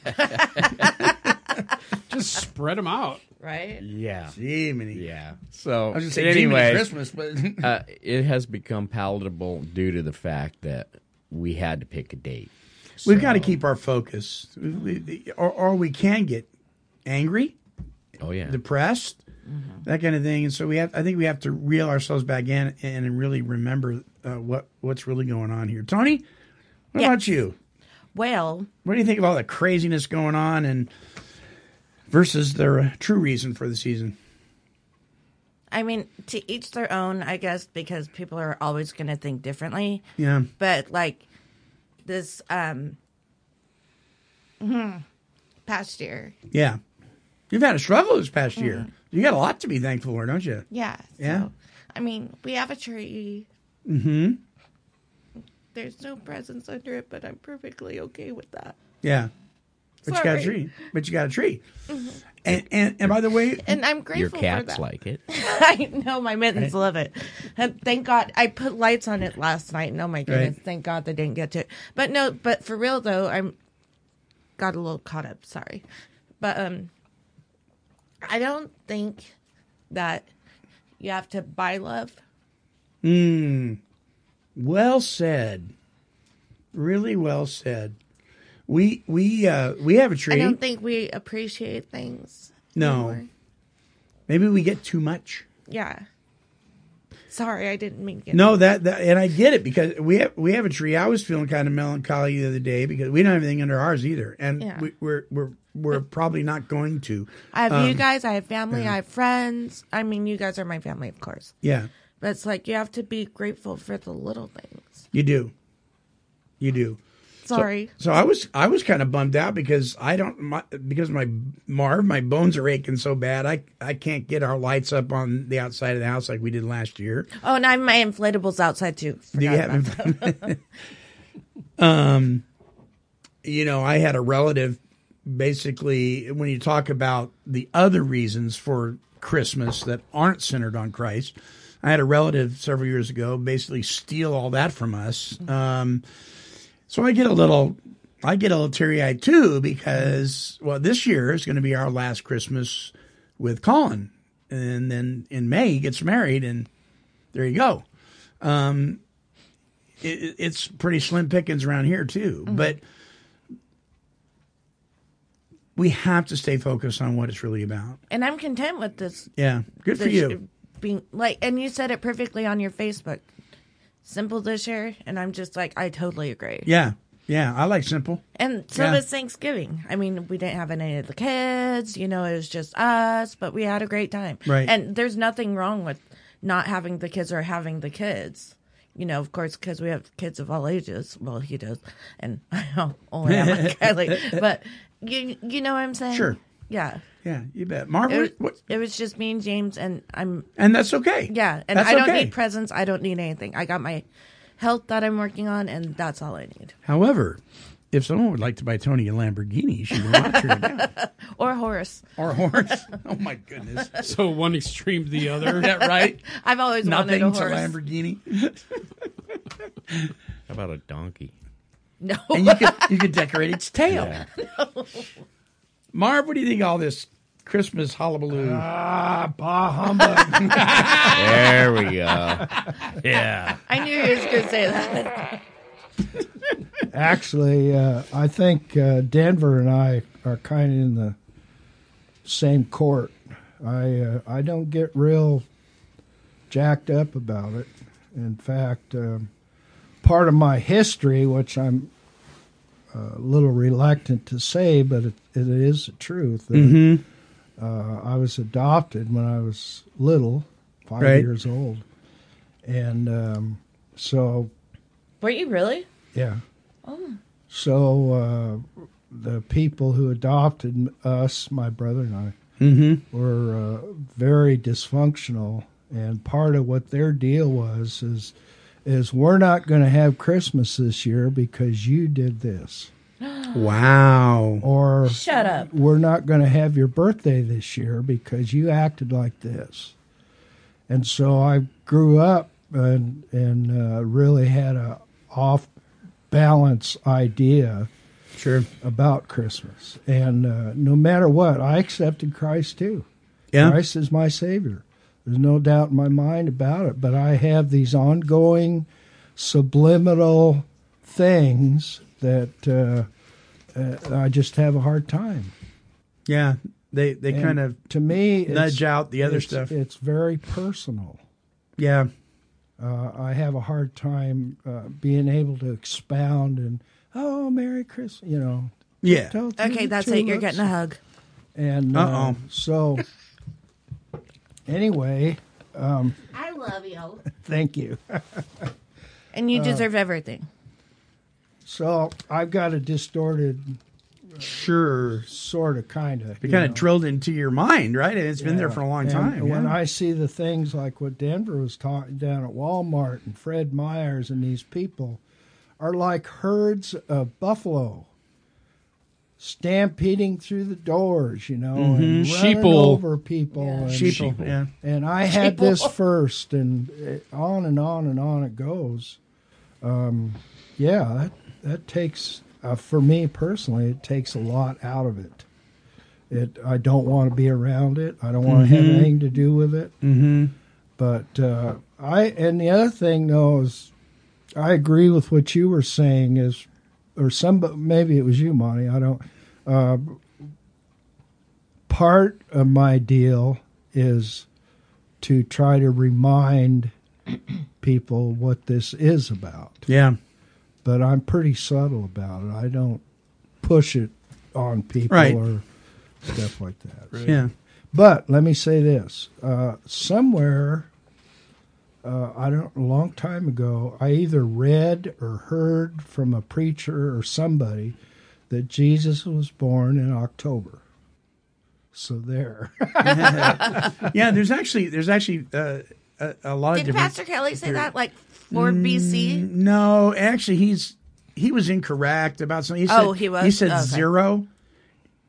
J: Just spread them out,
L: right?
G: Yeah.
F: Jiminy.
G: Yeah. So
F: I was gonna say Jiminy
G: anyway,
F: Christmas, but-
G: uh, it has become palatable due to the fact that we had to pick a date.
F: We've got to keep our focus, We- we- or, or we can get angry,
G: Oh yeah.
F: depressed, that kind of thing. And so we have, I think we have to reel ourselves back in and, and really remember uh, what what's really going on here. Tony, what about you?
H: Well,
F: What do you think of all the craziness going on and versus their uh, true reason for the season?
H: I mean, to each their own, I guess, because people are always going to think differently.
F: Yeah.
H: But like this um mhm,
L: mm-hmm, past year.
F: Yeah, you've had a struggle this past year. You got a lot to be thankful for, don't you?
L: Yeah.
F: Yeah.
L: I mean, we have a tree.
F: Mm-hmm.
L: There's no presents under it, but I'm perfectly okay with that.
F: Yeah. But you got a
L: Sorry.
F: tree. But you got a tree.
L: Mhm.
F: And and, and by the way,
L: And I'm grateful for
G: cats
L: that.
G: like it.
H: I
L: know my mittens
H: Right.
L: love it. And thank God I put lights on it last night. And oh my goodness, thank God they didn't get to it. But no, but for real though, I'm got a little caught up. Sorry, but um, I don't think that you have to buy love.
F: Hmm. Well said. Really well said. We we uh we have a tree.
L: I don't think we appreciate things.
F: no.
L: anymore.
F: Maybe we get too much.
L: Yeah. Sorry, I didn't mean it.
F: No, that, that and I get it because we have we have a tree. I was feeling kind of melancholy the other day because we don't have anything under ours either, and
L: Yeah.
F: we, we're we're we're probably not going to.
L: I have you
F: Um,
L: guys. I have family.
F: yeah.
L: I have friends. I mean, you guys are my family, of course.
F: Yeah.
L: But it's like you have to be grateful for the little things.
F: You do. You do. So-
L: Sorry.
F: So, I was I was kind of bummed out because I don't my, because my Marv my bones are aching so bad I I can't get our lights up on the outside of the house like we did last year.
H: Oh, and I have my inflatables outside too.
F: Do you
H: Forgot
F: have-
H: about that.
F: Um, you know, I had a relative basically when you talk about the other reasons for Christmas that aren't centered on Christ. I had a relative several years ago basically steal all that from us. Um, so I get a little, I get a little teary eyed too because well, this year is going to be our last Christmas with Colin, and then in May he gets married, and there you go. Um, it, it's pretty slim pickings around here too,
H: Mm-hmm.
F: but we have to stay focused on what it's really about.
H: And I'm content with this.
F: Yeah, good for
H: this
F: you.
H: Being like, and you said it perfectly on your Facebook. Simple this year, and I'm just like, I totally agree.
F: Yeah, yeah, I like simple.
H: And so
F: Yeah.
H: was Thanksgiving. I mean, we didn't have any of the kids, you know, it was just us, but we had a great time.
F: Right.
H: And there's nothing wrong with not having the kids or having the kids. You know, of course, because we have kids of all ages. Well, he does, and I only have one, Kylie. But you, you know what I'm saying?
F: Sure.
H: Yeah.
F: Yeah, you bet. Marv,
H: it,
F: what-
H: was- it was just me and James, and I'm.
F: And that's okay.
H: Yeah, and
F: That's
H: I don't
F: okay.
H: need presents. I don't need anything. I got my health that I'm working on, and that's all I need.
F: However, if someone would like to buy Tony a Lamborghini, she will not turn it down.
H: Or horse.
F: Or horse. Oh my goodness.
J: So one extreme to the other.
F: Yeah, right?
H: I've always
F: Nothing
H: wanted a
F: to
H: horse.
F: Lamborghini.
G: How about a donkey?
H: No.
F: And you could you could decorate its tail.
G: Yeah.
F: Marv, what do you think of all this Christmas hullabaloo?
I: Ah, bah humbug.
G: There we go. Yeah.
H: I knew he was going to say that.
I: Actually, uh, I think uh, Denver and I are kind of in the same court. I uh, I don't get real jacked up about it. In fact, um, part of my history, which I'm uh, a little reluctant to say, but it, it is the truth. that,
F: Mhm.
I: uh, I was adopted when I was little, five
F: Right.
I: years old, and um, so
H: Were you really?
I: yeah.
H: Oh.
I: So uh, the people who adopted m- us, my brother and I,
F: Mhm.
I: were uh, very dysfunctional, and part of what their deal was is is we're not going to have Christmas this year because you did this.
F: Wow.
I: Or
H: Shut up.
I: We're not going to have your birthday this year because you acted like this. And so I grew up and and uh, really had a off balance idea
F: sure
I: about Christmas. And uh, no matter what, I accepted Christ too.
F: Yeah.
I: Christ is my savior. There's no doubt in my mind about it, but I have these ongoing subliminal things that uh, uh, I just have a hard time.
F: Yeah. They they
I: And
F: kind of
I: to me
F: nudge
I: it's-
F: out the other
I: it's-
F: stuff.
I: It's very personal.
F: Yeah.
I: Uh, I have a hard time uh, being able to expound and oh, Merry Christmas, you know.
F: Yeah.
I: Don't
H: Okay,
I: you
H: that's
I: two
H: it. You're
I: look
H: getting a hug.
I: and uh,
F: Uh-oh.
I: so anyway, um,
L: I love you.
I: thank you.
H: And you
I: Uh,
H: deserve everything.
I: So I've got a distorted,
F: sure,
I: sort of, kind of.
F: It kind of drilled into your mind, right? And it's been there for a long time.
I: When
F: yeah.
I: I see the things like what Denver was talking down at Walmart and Fred Myers and these people are like herds of buffalo stampeding through the doors, you know, and
F: Mm-hmm.
J: Mhm.
I: running
J: Sheeple.
I: over people.
J: Yeah.
I: And,
J: Sheeple, Sheeple. yeah.
I: And I had
J: Sheeple.
I: this first, and it, on and on and on it goes. Um, yeah, that, that takes uh, for me personally, it takes a lot out of it. It I don't want to be around it. I don't want to have
F: Mhm.
I: anything to do with it.
F: Mm-hmm.
I: But uh, I and the other thing though is, I agree with what you were saying is, or some maybe it was you, Monty. I don't. Uh, part of my deal is to try to remind people what this is about.
F: Yeah.
I: But I'm pretty subtle about it. I don't push it on people
F: Right.
I: or stuff like that.
F: Right. Yeah.
I: But let me say this: uh, somewhere, uh, I don't, a long time ago, I either read or heard from a preacher or somebody that Jesus was born in October. So there.
F: yeah, there's actually there's actually uh, a, a lot of
H: Did
F: different.
H: Pastor Kelly say that like 4 BC?
F: Mm, No, actually, he's he was incorrect about something. He said,
H: Oh, he was?
F: He said
H: Okay.
F: zero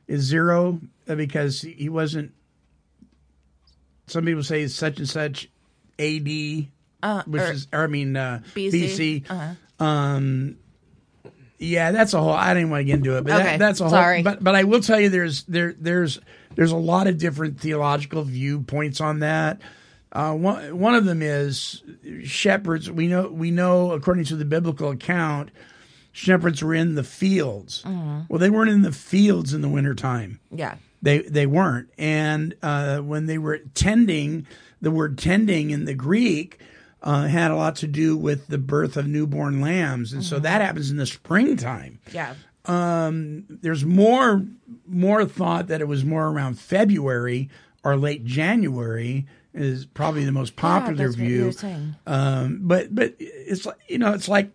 F: is zero uh, because he wasn't. Some people say such and such, A.D.,
H: Uh,
F: which
H: or
F: is or I mean uh,
H: BC?
F: B.C.
H: Uh-huh.
F: Um, Yeah, that's a whole. I didn't want to get into it, but
L: Okay,
F: that, that's a whole.
L: sorry.
F: But but I will tell you, there's there there's there's a lot of different theological viewpoints on that. Uh, one one of them is shepherds. We know we know according to the biblical account, shepherds were in the fields.
L: Mhm.
F: Well, they weren't in the fields in the wintertime.
L: Yeah.
F: They they weren't. And uh, when they were tending, the word tending in the Greek uh, had a lot to do with the birth of newborn lambs, and so
L: Mm-hmm.
F: that happens in the springtime.
L: Yeah.
F: Um, there's more more thought that it was more around February or late January is probably the most popular
L: that's what you
F: view.
L: were saying.
F: Um, but but it's like you know it's like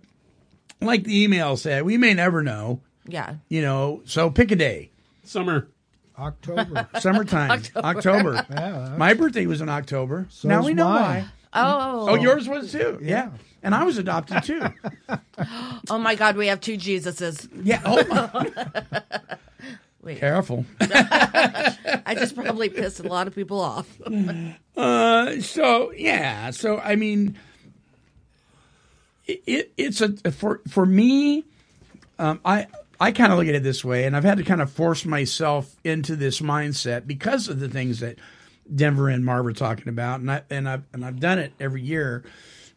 F: like the email said we may never know
L: Yeah.
F: you know so pick a day
J: summer
I: October.
F: Summertime. October.
I: Yeah, that's-
F: My birthday was in October.
I: So
F: now
I: is
F: we know
I: mine.
F: why.
L: Oh.
F: Oh, yours was too. Yeah. And I was adopted too.
L: Oh my God, we have two Jesuses.
F: Yeah. Oh,
L: Wait.
F: Careful.
L: I just probably pissed a lot of people off.
F: Uh, so yeah, so I mean, it, it it's a for for me, um, I I kind of look at it this way, and I've had to kind of force myself into this mindset because of the things that Denver and Marv are talking about, and I and I've and I've done it every year,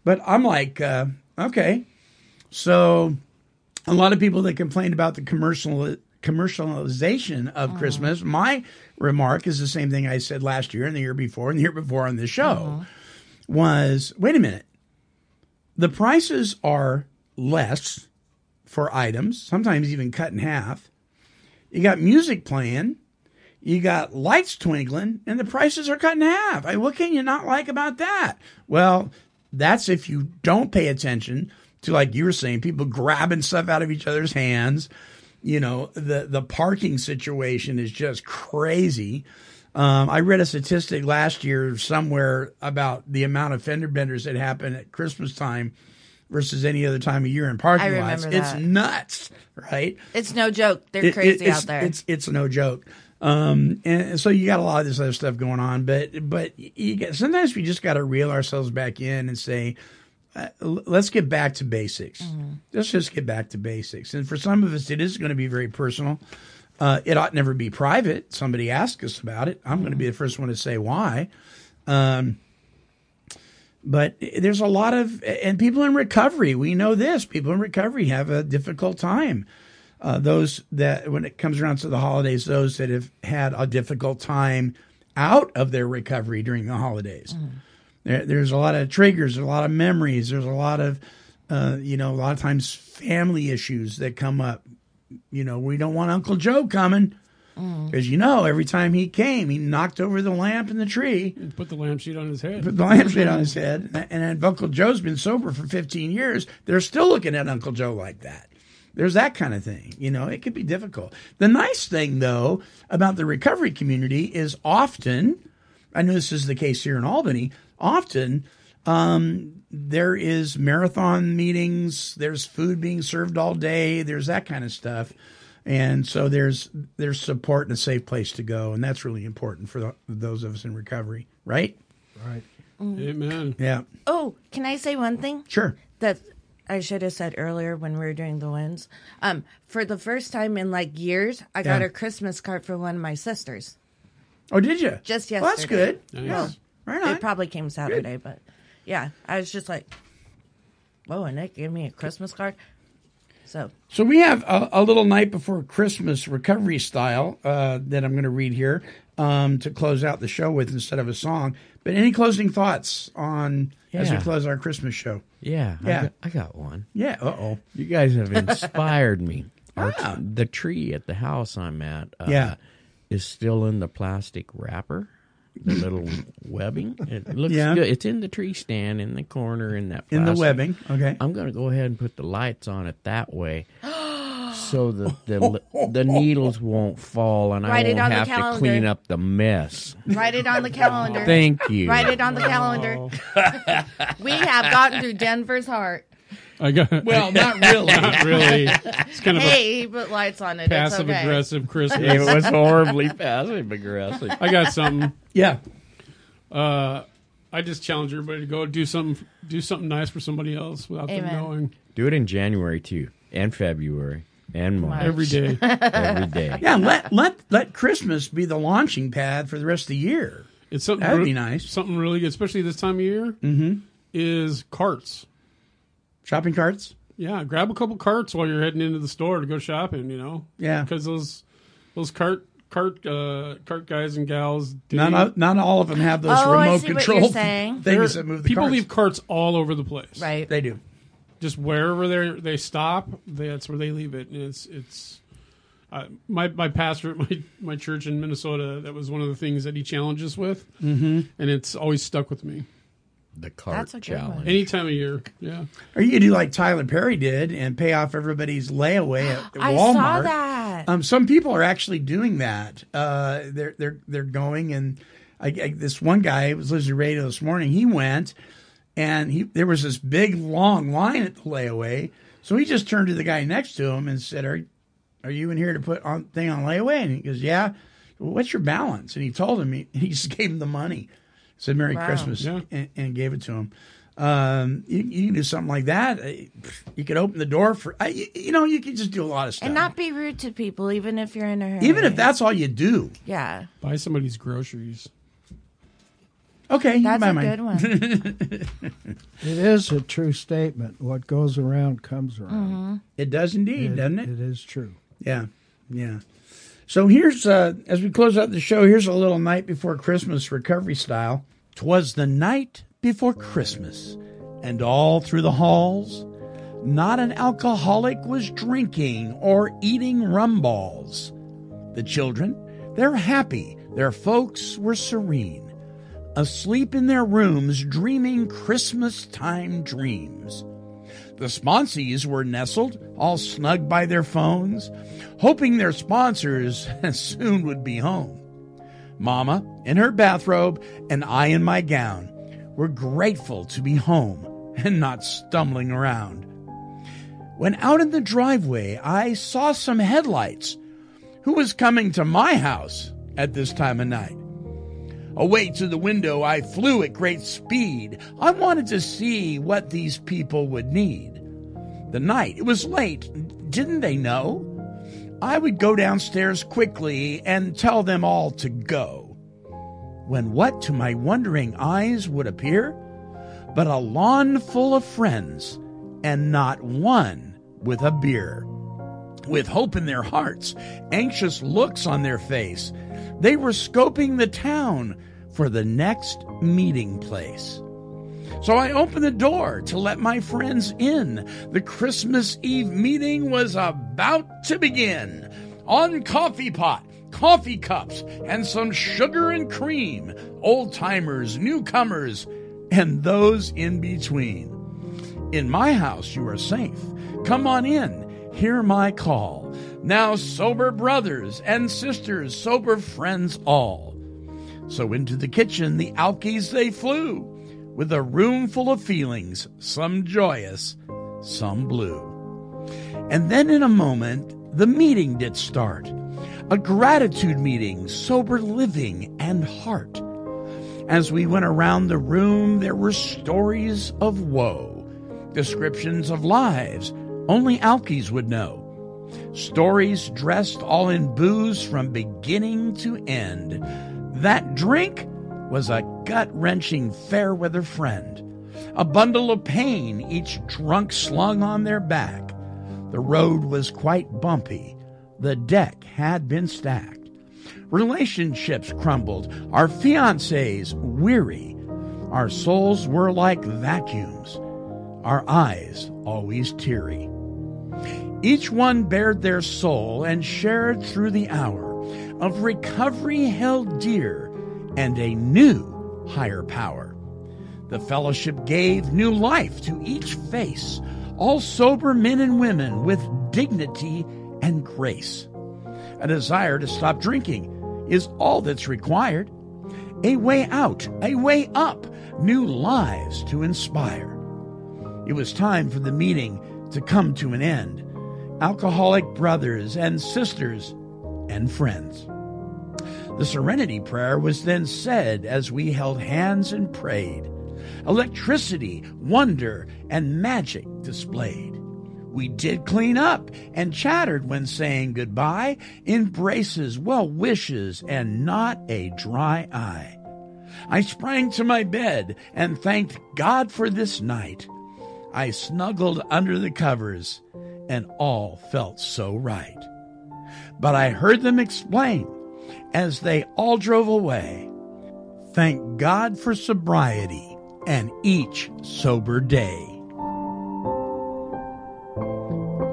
F: but I'm like, uh, okay, so a lot of people that complained about the commercial commercialization of Christmas. My remark is the same thing I said last year and the year before and the year before on this show was wait a minute. The prices are less for items, sometimes even cut in half. You got music playing, you got lights twinkling, and the prices are cut in half. I, what can you not like about that? Well, that's if you don't pay attention to, like you were saying, people grabbing stuff out of each other's hands. You know, the, the parking situation is just crazy. Um, I read a statistic last year somewhere about the amount of fender benders that happen at Christmas time versus any other time of year in parking
L: I
F: lots.
L: remember
F: It's
L: that.
F: nuts, right?
L: It's no joke. They're
F: It- it-
L: crazy
F: it's-
L: out there.
F: It's it's no joke. Um, and so you got a lot of this other stuff going on, but but you get, sometimes we just got to reel ourselves back in and say, uh, l- let's get back to basics.
L: Mm-hmm.
F: Let's just get back to basics. And for some of us, it is going to be very personal. Uh, it ought never be private. Somebody asks us about it. I'm going to be the first one to say why. Um, but there's a lot of and people in recovery. We know this. People in recovery have a difficult time. Uh, those that when it comes around to the holidays, those that have had a difficult time out of their recovery during the holidays. There, there's a lot of triggers, a lot of memories. There's a lot of, uh, you know, a lot of times family issues that come up. You know, we don't want Uncle Joe coming because you know every time he came, he knocked over the lamp in the tree,
J: put the lampshade on his head.
F: put the lampshade on his head, and then Uncle Joe's been sober for 15 years. They're still looking at Uncle Joe like that. There's that kind of thing. You know, it could be difficult. The nice thing, though, about the recovery community is often, I know this is the case here in Albany, often um, there is marathon meetings, there's food being served all day, there's that kind of stuff. And so there's there's support and a safe place to go, and that's really important for the, those of us in recovery, right?
I: Right.
J: Amen.
F: Yeah,
L: Oh, can I say one thing?
F: sure.
L: that I should have said earlier when we were doing the wins. Um, for the first time in like years, I got
F: Yeah.
L: a Christmas card for one of my sisters.
F: Oh, did you?
L: Just
F: Well, that's
L: yesterday.
F: good. Yeah, right on.
L: It probably came Saturday, but yeah, I was just like, "Whoa!" And Nick gave me a Christmas card. So
F: So we have a, a little night before Christmas recovery style uh, that I'm going to read here um, to close out the show with instead of a song. But any closing thoughts on as we
G: Yeah.
F: close our Christmas show?
G: Yeah,
F: Yeah.
G: I, got, I got one.
F: Yeah. Uh oh.
G: You guys have inspired me. Our, The tree at the house I'm at uh,
F: Ah. Yeah.
G: is still in the plastic wrapper, the little webbing. It looks
F: Yeah.
G: good. It's in the tree stand in the corner in that
F: In the
G: plastic.
F: webbing. Okay.
G: I'm going to go ahead and put the lights on it that way. So that the the needles won't fall, and
L: Write
G: I
L: it
G: won't
L: on the
G: have to
L: calendar.
G: clean up the mess.
L: write it on the calendar.
G: Thank you.
L: Write it on the calendar. we have gotten through Denver's heart.
J: I got
F: Well, not really.
J: not really. It's kind of
L: hey, he put lights on
J: a
L: it.
J: passive
L: it's okay.
J: aggressive
G: It
J: Christmas.
G: was horribly passive aggressive.
J: I got something.
F: Yeah.
J: Uh, I just challenge everybody to go do something, do something nice for somebody else without
L: Amen.
J: them knowing.
G: Do it in January too. and February and March.
J: Every day.
G: Every day.
F: Yeah, let let let Christmas be the launching pad for the rest of the year.
J: It's something
F: That'd be
J: re-
F: nice.
J: Something really good, especially this time of year,
F: Mm-hmm.
J: is carts.
F: Shopping carts.
J: Yeah, grab a couple carts while you're heading into the store to go shopping. You know.
F: Yeah.
J: Because those those cart cart uh, cart guys and gals. do-
F: Not not all of them have those
H: Oh, I
F: remote
H: see what
F: control
H: you're saying.
F: things
J: They're-
F: that move the
J: people
F: carts.
J: leave carts all over the place.
H: Right.
F: they do.
J: Just wherever they they stop, that's where they leave it. And it's it's. Uh, my my pastor at my, my church in Minnesota that was one of the things that he challenged us with,
F: Mm-hmm.
J: and it's always stuck with me.
G: The cart
H: That's a good one.
G: challenge.
J: Any time of year, yeah.
F: Or you could do like Tyler Perry did and pay off everybody's layaway at at
H: I
F: Walmart.
H: saw that.
F: Um, some people are actually doing that. Uh, they're they're they're going and I, I, this one guy was listening to radio this morning. He went and he there was this big long line at the layaway. So he just turned to the guy next to him and said, "Are are you in here to put on thing on layaway?" And he goes, "Yeah." Well, what's your balance? And he told him. He, he just gave him the money. Said Merry
H: Wow.
F: Christmas
J: Yeah.
F: and, and gave it to him. Um, you, you can do something like that. Uh, You could open the door for, I, you, you know, you can just do a lot of stuff.
H: And not be rude to people, even if you're in a hurry.
F: Even if that's all you do.
H: yeah,
J: Buy somebody's groceries.
F: Okay,
H: that's
F: my
H: a
F: mind.
H: good one.
I: It is a true statement. What goes around comes around.
F: It does indeed, Mm-hmm. doesn't it?
I: It is true.
F: Yeah, yeah. So here's uh, as we close out the show. Here's a little night before Christmas recovery style. Twas the night before Christmas, and all through the halls, not an alcoholic was drinking or eating rum balls. The children, they're happy. Their folks were serene, asleep in their rooms, dreaming Christmas time dreams. The sponsees were nestled, all snug by their phones, hoping their sponsors soon would be home. Mama, in her bathrobe, and I in my gown, were grateful to be home and not stumbling around. When out in the driveway, I saw some headlights. Who was coming to my house at this time of night? Away to the window, I flew at great speed. I wanted to see what these people would need. The night, it was late. Didn't they know? I would go downstairs quickly and tell them all to go. When what to my wondering eyes would appear? But a lawn full of friends, and not one with a beer with hope in their hearts, anxious looks on their face. They were scoping the town for the next meeting place. So I opened the door to let my friends in. The Christmas Eve meeting was about to begin. On coffee pot, coffee cups, and some sugar and cream, old timers, newcomers, and those in between. In my house you are safe. Come on in, hear my call. Now, sober brothers and sisters, sober friends all. So into the kitchen the alkies they flew, with a room full of feelings, some joyous, some blue. And then in a moment, the meeting did start a gratitude meeting, sober living, and heart. As we went around the room, there were stories of woe, descriptions of lives only alkies would know, stories dressed all in booze from beginning to end. That drink was a gut wrenching fair weather friend, a bundle of pain each drunk slung on their back. The road was quite bumpy, the deck had been stacked. Relationships crumbled, our fiancés weary. Our souls were like vacuums, our eyes always teary. Each one bared their soul and shared through the hour of recovery held dear and a new higher power. The fellowship gave new life to each face, all sober men and women with dignity and grace a desire to stop drinking is all that's required. A way out, a way up, new lives to inspire. It was time for the meeting to come to an end. Alcoholic brothers and sisters and friends. The serenity prayer was then said as we held hands and prayed. Electricity, wonder, and magic displayed. We did clean up and chattered when saying goodbye, embraces, well wishes, and not a dry eye. I sprang to my bed and thanked God for this night. I snuggled under the covers, and all felt so right. But I heard them explain as they all drove away. Thank God for sobriety and each sober day.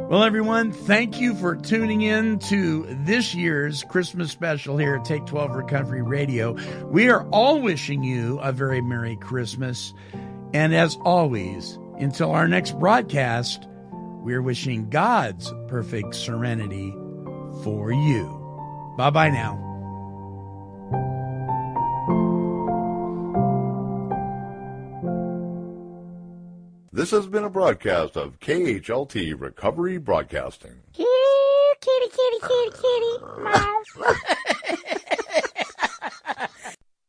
F: Well, everyone, thank you for tuning in to this year's Christmas special here at Take 12 Recovery Radio. We are all wishing you a very Merry Christmas. And as always, until our next broadcast, we're wishing God's perfect serenity for you. Bye bye now.
M: This has been a broadcast of KHLT Recovery Broadcasting.
E: Kitty, kitty, kitty, kitty, kitty, mouse.